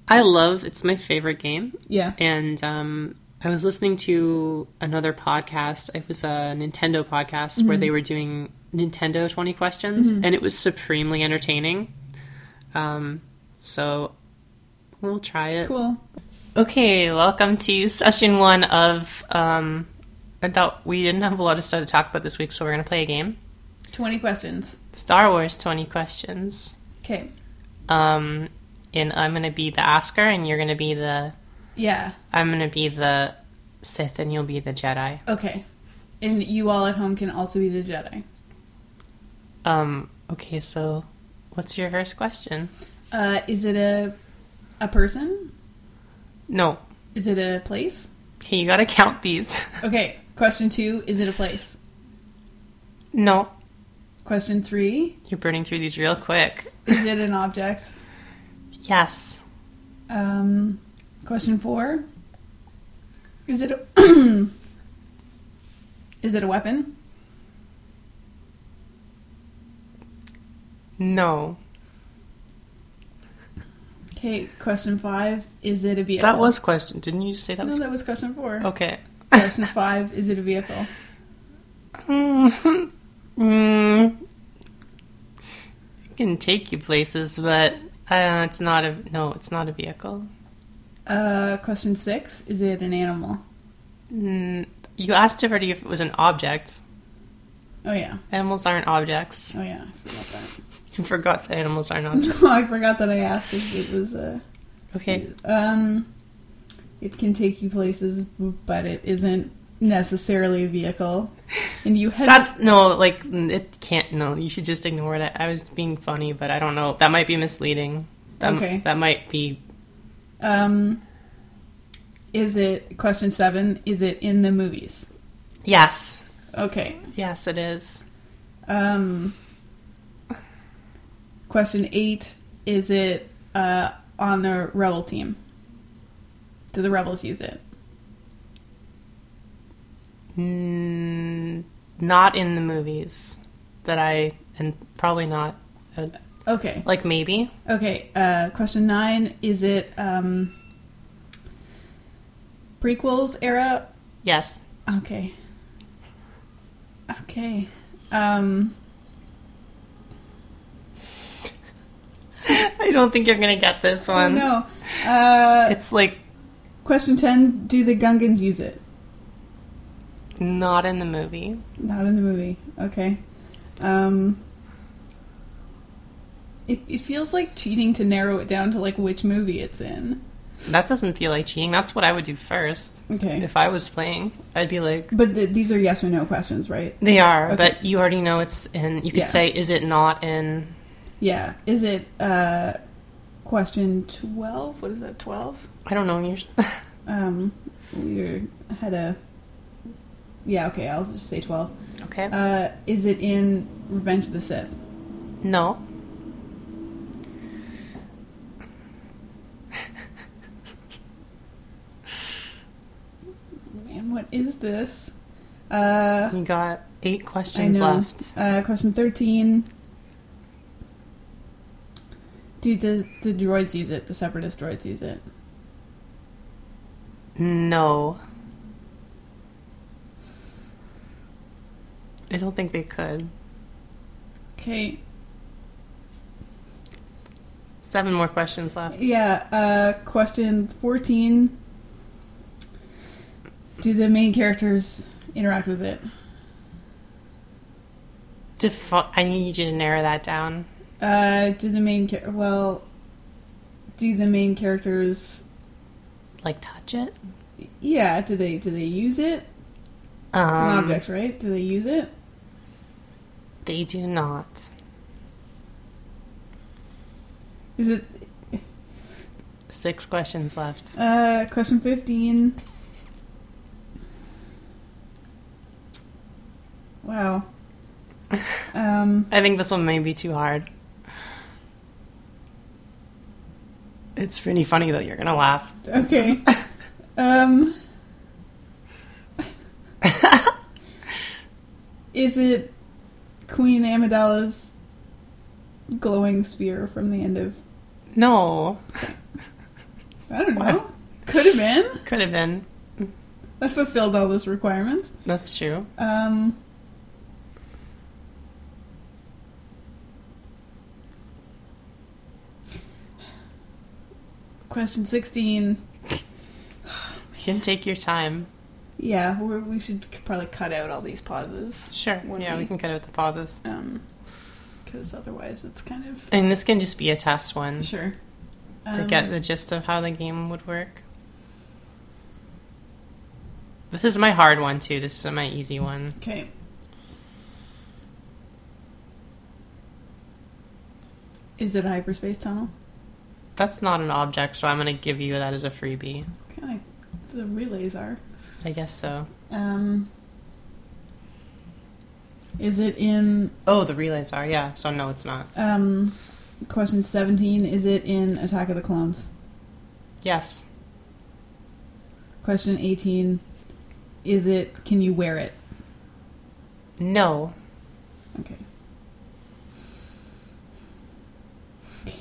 S3: I love. It's my favorite game.
S1: Yeah.
S3: and um, I was listening to another podcast. It was a Nintendo podcast where they were doing Nintendo 20 questions, and it was supremely entertaining. Um, so we'll try it.
S1: Cool.
S2: Okay, welcome to session one of. Um, I doubt we didn't have a lot of stuff to talk about this week, so we're going to play a game
S1: 20 questions.
S2: Star Wars 20 questions.
S1: Okay.
S2: Um, and I'm going to be the asker, and you're going to be the.
S1: Yeah.
S2: I'm going to be the Sith, and you'll be the Jedi.
S1: Okay. And you all at home can also be the Jedi.
S2: Um, okay, so what's your first question?
S1: Uh, is it a a person?
S2: No.
S1: Is it a place?
S2: Okay, you got to count these.
S1: Okay. Question 2, is it a place?
S2: no.
S1: Question three
S2: You're burning through these real quick.
S1: Is it an object?
S2: Yes.
S1: Um, question four Is it a, is it a weapon?
S2: No.
S1: Okay, question five Is it a vehicle?
S2: That was question. Didn't you say that
S1: No,
S2: was Oh.
S1: that was question four.
S2: Okay.
S1: Question five Is it a vehicle?
S2: Mm, mm, it can take you places, but uh, it's not a no. It's not a vehicle.
S1: Uh, question six Is it an animal?
S2: Mm, you asked already if it was an object.
S1: Oh, yeah.
S2: Animals aren't objects.
S1: Oh, yeah. I forgot
S2: You forgot that animals aren't objects.
S1: that. I forgot that I asked if it was a.
S2: Okay.
S1: Um, it can take you places, but it isn't necessarily a vehicle. And you had
S2: That's no, like it can't. No, you should just ignore that. I was being funny, but I don't know. That might be misleading. That,
S1: Okay.
S2: That might be.
S1: Um, is it question seven? Is it in the movies?
S2: Yes.
S1: Okay.
S2: Yes, it is.
S1: Um, question eight: Is it uh, on the rebel team? Do the rebels use it?
S2: Mm, not in the movies that I and probably not uh,
S1: Okay.
S2: like maybe
S1: Okay. Uh, question nine: Is it um, prequels era?
S2: yes
S1: Okay. Okay. Um,
S2: I don't think you're gonna get this
S1: oh
S2: one
S1: no. Uh,
S2: it's like
S1: Question 10 Do the Gungans use it?
S2: not in the movie
S1: Not in the movie. Okay. Um. It, it feels like cheating to narrow it down to like which movie it's in.
S2: that doesn't feel like cheating that's what I would do first
S1: Okay.
S2: if I was playing I'd be like
S1: but th- these are yes or no questions, right?
S2: they are
S1: Okay.
S2: but you already know it's in you could
S1: Yeah.
S2: say is it not in
S1: Yeah. Is it uh question 12? What is that? 12?
S2: I don't know you're
S1: Um we had a Yeah, okay. I'll just say 12.
S2: okay
S1: Uh is it in Revenge of the Sith?
S2: no
S1: Man, what is this? Uh
S2: you got eight questions
S1: I know.
S2: left
S1: Uh, question 13 Do the the droids use it? The separatist droids use it.
S2: No. I don't think they could.
S1: Okay.
S2: Seven more questions left.
S1: Yeah. Uh, question fourteen. Do the main characters interact with it?
S2: Defi- I need you to narrow that down.
S1: Uh, do the main cha- well? Do the main characters?
S2: Like, touch it?
S1: Yeah. Do they do they use it?
S2: Um,
S1: It's an object, right? Do they use it?
S2: They do not.
S1: Is it
S2: Six questions left.
S1: uh, question fifteen? Wow. Um,
S2: I think this one may be too hard. It's pretty funny, though. You're going to laugh.
S1: okay. Um, is it Queen Amidala's glowing sphere from the end of?
S2: No.
S1: I don't know. Could have been.
S2: Could have been.
S1: That fulfilled all those requirements.
S2: That's true.
S1: Um, question 16.
S2: You can take your time.
S1: Yeah, we're, we should c- probably cut out all these pauses.
S2: Sure.
S1: Would
S2: yeah,
S1: we?
S2: we can cut out the pauses.
S1: Um, because otherwise it's kind of.
S2: And this can just be a test one
S1: Sure. Um,
S2: to get the gist of how the game would work. This is my hard one, too. This isn't my easy one.
S1: Okay. Is it a hyperspace tunnel?
S2: That's not an object, so I'm going to give you that as a freebie.
S1: Kind of the relays are.
S2: I guess so.
S1: Um, is it in
S2: Oh, the relays are, yeah. So, no, it's not.
S1: um, question seventeen? Is it in Attack of the Clones?
S2: Yes.
S1: Question eighteen: Is it? Can you wear it?
S2: No.
S1: Okay.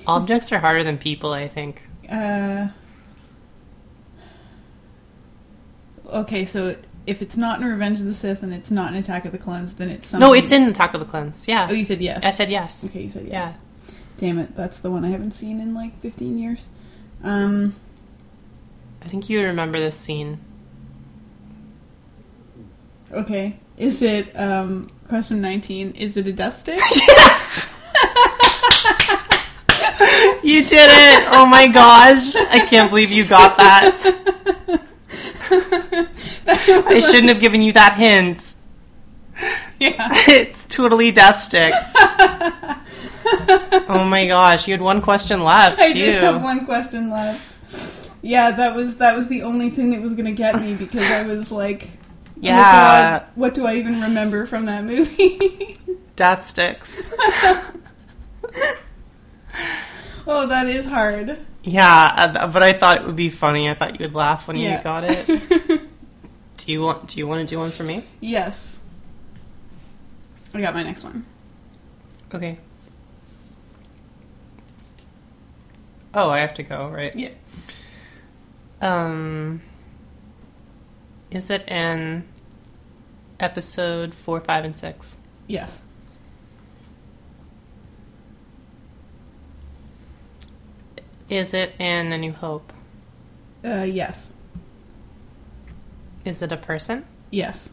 S2: Objects are harder than people, I think.
S1: Uh, okay, so if it's not in Revenge of the Sith and it's not in Attack of the Clones, then it's something.
S2: No, it's in Attack of the Clones. Yeah.
S1: Oh, you said yes.
S2: I said yes.
S1: Okay, you said yes.
S2: Yeah.
S1: Damn it, that's the one I haven't seen in like 15 years. Um,
S2: I think you remember this scene.
S1: okay. Is it, um, question 19, is it a dust stick?
S2: Yes! you did it! Oh my gosh. I can't believe you got that. I shouldn't have given you that hint.
S1: yeah.
S2: It's totally death sticks. oh my gosh, you had one question left
S1: I
S2: too.
S1: did have one question left. Yeah, that was that was the only thing that was gonna get me because I was like, oh my
S2: Yeah.
S1: God, what do I even remember from that movie?
S2: Death sticks.
S1: oh, that is hard.
S2: Yeah, uh, th- but I thought it would be funny. I thought you would laugh when
S1: Yeah.
S2: you got it. do you want? Do you want to do one for me?
S1: Yes. I got my next one.
S2: Okay. Oh, I have to go right.
S1: Yeah.
S2: Um, is it in episode four, five, and six?
S1: Yes.
S2: Is it in A New Hope?
S1: Uh, yes.
S2: Is it a person?
S1: Yes.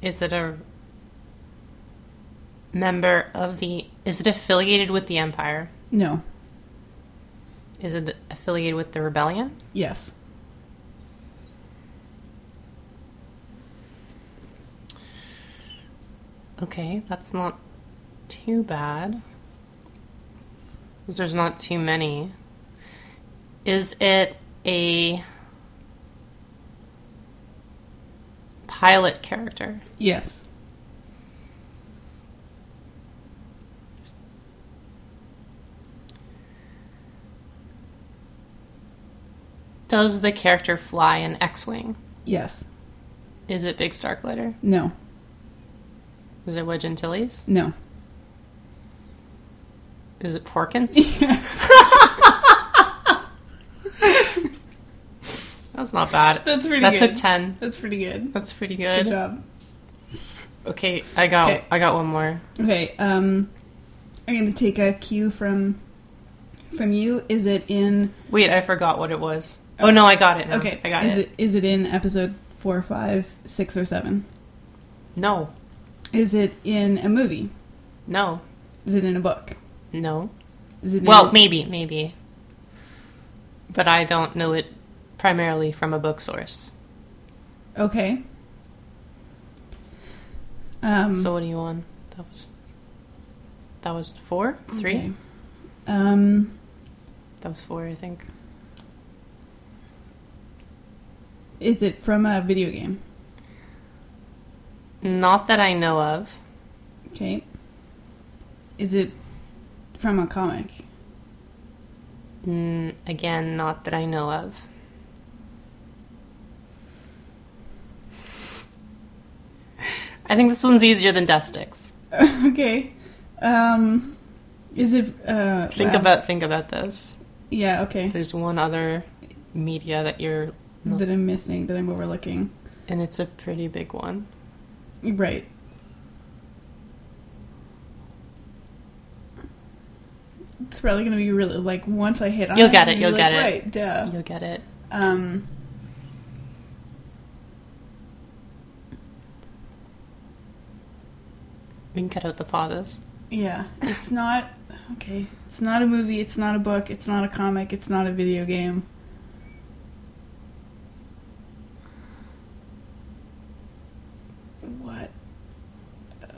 S2: Is it a member of the? Is it affiliated with the Empire?
S1: No.
S2: Is it affiliated with the rebellion?
S1: Yes.
S2: Okay, that's not too bad. 'Cause There's not too many. Is it a pilot character?
S1: Yes.
S2: Does the character fly an X-wing?
S1: Yes.
S2: Is it Big Starklighter?
S1: No.
S2: Is it Wedge Antilles?
S1: No.
S2: Is it Porkins? That's not bad.
S1: That's pretty
S2: That's
S1: good.
S2: a ten.
S1: That's pretty good.
S2: That's pretty
S1: Good
S2: good.
S1: job.
S2: Okay, I got
S1: Okay.
S2: I got one more.
S1: Okay, um, I'm going to take a cue from from you. Is it in?
S2: Wait, I forgot what it was. Oh no, I got it. Now.
S1: Okay,
S2: I got
S1: is
S2: it.
S1: it is it in episode four, five, six, or seven?
S2: No,
S1: Is it in a movie?
S2: no,
S1: Is it in a book?
S2: no.
S1: Is it in
S2: Well, maybe, maybe. But I don't know it primarily from a book source.
S1: okay. Um,
S2: So what are you on? That was that was four, three.
S1: okay. Um,
S2: That was four, I think.
S1: is it from a video game?
S2: Not that I know of.
S1: Okay. Is it from a comic?
S2: Mm, again, not that I know of. I think this one's easier than death sticks.
S1: okay. Um, is it? Uh,
S2: Think
S1: wow.
S2: about think about this.
S1: Yeah. Okay.
S2: There's one other media that you're,
S1: That I'm missing. That I'm overlooking.
S2: and it's a pretty big one.
S1: Right. It's probably gonna be really like once I hit on.
S2: You'll
S1: it,
S2: get
S1: I'm
S2: it,
S1: gonna be
S2: you'll get
S1: like,
S2: it.
S1: Right. Duh.
S2: You'll get it.
S1: Um.
S2: We can cut out the pauses.
S1: Yeah. It's not. Okay. It's not a movie. It's not a book. It's not a comic. It's not a video game. What?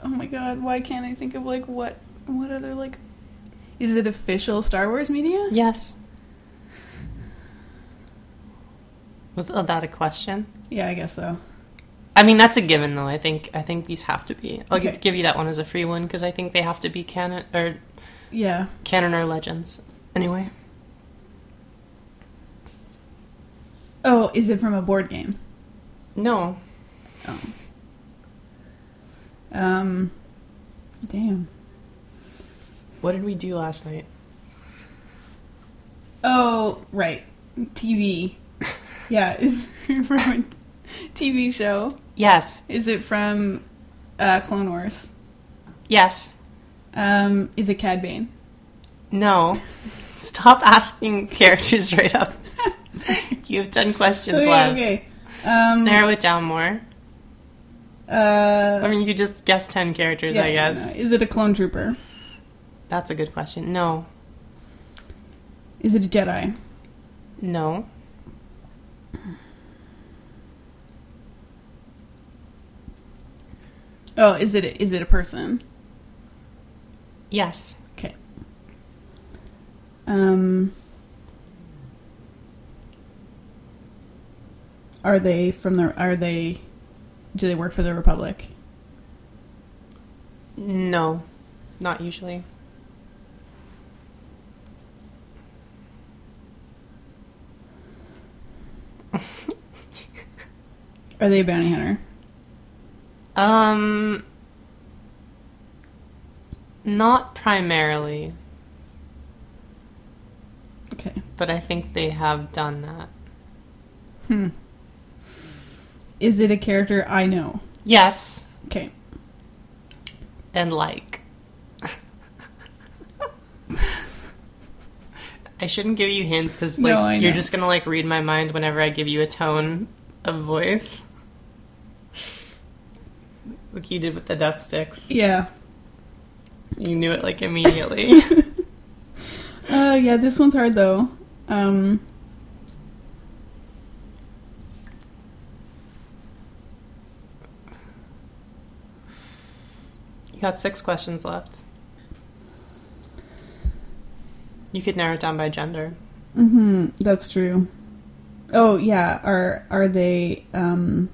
S1: Oh my god! Why can't I think of like what? What other like? Is it official Star Wars media?
S2: Yes. Was that a question?
S1: Yeah, I guess so.
S2: I mean, that's a given, though. I think I think these have to be. I'll gi-
S1: Okay.
S2: give, you that one as a free one because I think they have to be canon or
S1: Yeah.
S2: canon or legends. Anyway,
S1: Oh, is it from a board game?
S2: no,
S1: Oh. Um. Damn.
S2: what did we do last night?
S1: Oh, right. TV. Yeah, is it from a TV show?
S2: Yes,
S1: Is it from uh, Clone Wars?
S2: yes,
S1: Um, is it Cad Bane?
S2: no. Stop asking characters right up. you have ten questions left.
S1: okay. Um,
S2: Narrow it down more. I
S1: uh,
S2: mean, you just guess ten characters,
S1: yeah,
S2: I guess.
S1: no, Is it a clone trooper?
S2: That's a good question. No,
S1: Is it a Jedi?
S2: no.
S1: Oh, is it is it a person?
S2: Yes.
S1: Okay. Um, are they from the? Are they? Do they work for the Republic?
S2: No. Not usually.
S1: Are they a bounty hunter?
S2: Um not primarily,
S1: Okay.
S2: but I think they have done that.
S1: Hmm. Is it a character I know?
S2: Yes,
S1: Okay.
S2: and like. I shouldn't give you hints cuz like
S1: No, I
S2: you're
S1: know.
S2: just going to like read my mind whenever I give you a tone of voice. Like you did with the death sticks.
S1: Yeah.
S2: You knew it like immediately.
S1: Uh, yeah. This one's hard though. Um.
S2: You got six questions left. You could narrow it down by gender.
S1: Hmm. That's true. Oh yeah. Are are they um?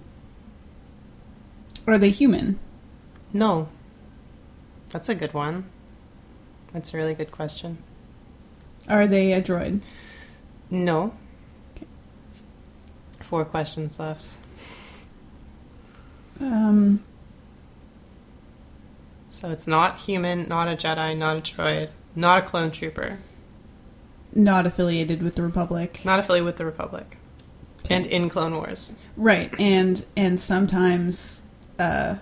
S1: Are they human?
S2: No. That's a good one. That's a really good question.
S1: Are they a droid?
S2: No. Four questions left.
S1: Um.
S2: So it's not human, not a Jedi, not a droid. Not a clone trooper.
S1: not affiliated with the Republic.
S2: Not affiliated with the Republic. And in Clone Wars.
S1: Right, and and sometimes uh,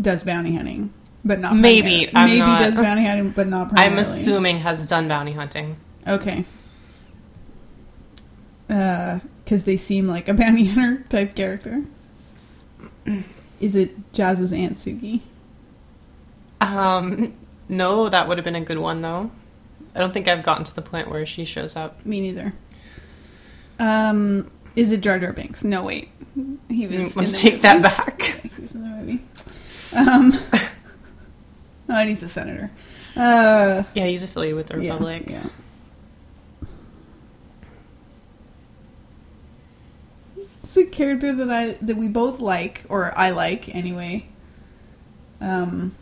S1: does bounty hunting, but not
S2: Maybe,
S1: primar-
S2: I'm
S1: maybe
S2: not-
S1: does bounty hunting, but not primarily.
S2: I'm assuming has done bounty hunting.
S1: okay, because they seem like a bounty hunter type character. Is it Jazz's aunt Sugi?
S2: Um, no, that would have been a good one though. I don't think I've gotten to the point where she shows up.
S1: Me neither. Um, is it Jar Jar Binks? No, wait, he
S2: I'm
S1: was.
S2: gonna
S1: in the
S2: take
S1: movie.
S2: that back.
S1: He was in the movie. Um, oh, and he's a senator. Uh.
S2: Yeah, he's affiliated with the
S1: Yeah,
S2: Republic.
S1: Yeah. It's a character that I that we both like, or I like anyway. Um,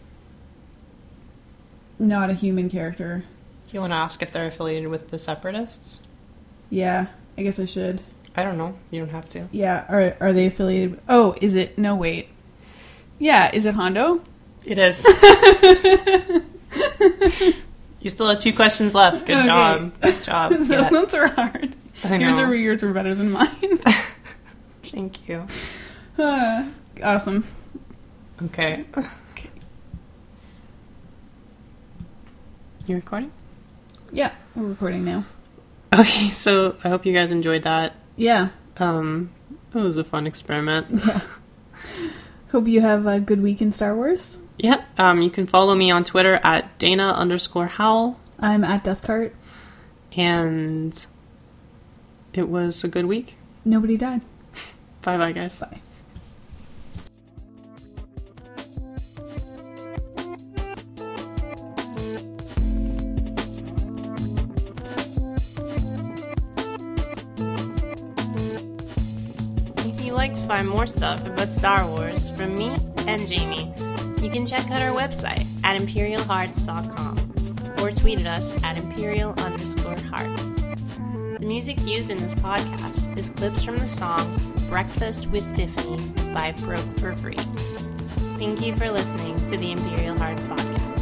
S1: not a human character.
S2: You want to ask if they're affiliated with the Separatists?
S1: Yeah, I guess I should.
S2: I don't know. You don't have to.
S1: Yeah, are are they affiliated? Oh, is it? No, wait. Yeah, is it Hondo?
S2: It is. you still have two questions left. Good
S1: Okay.
S2: job. Good job.
S1: Those
S2: Yeah.
S1: ones are hard.
S2: I
S1: Yours
S2: know.
S1: are yours were better than mine.
S2: Thank you.
S1: Uh, awesome.
S2: Okay. You recording?
S1: Yeah, we're recording now.
S3: Okay, so I hope you guys enjoyed that.
S1: Yeah.
S3: Um, it was a fun experiment.
S1: Hope you have a good week in Star Wars.
S3: yep. Um, you can follow me on Twitter at Dana underscore Howell,
S1: I'm at Dustcart.
S3: and it was a good week.
S1: Nobody died.
S3: Bye bye, guys.
S1: Bye.
S3: If you'd like to find more stuff about Star Wars from me and Jamie, you can check out our website at imperialhearts.com or tweet at us at imperial underscore hearts. The music used in this podcast is clips from the song Breakfast with Tiffany by Broke for Free. Thank you for listening to the Imperial Hearts Podcast.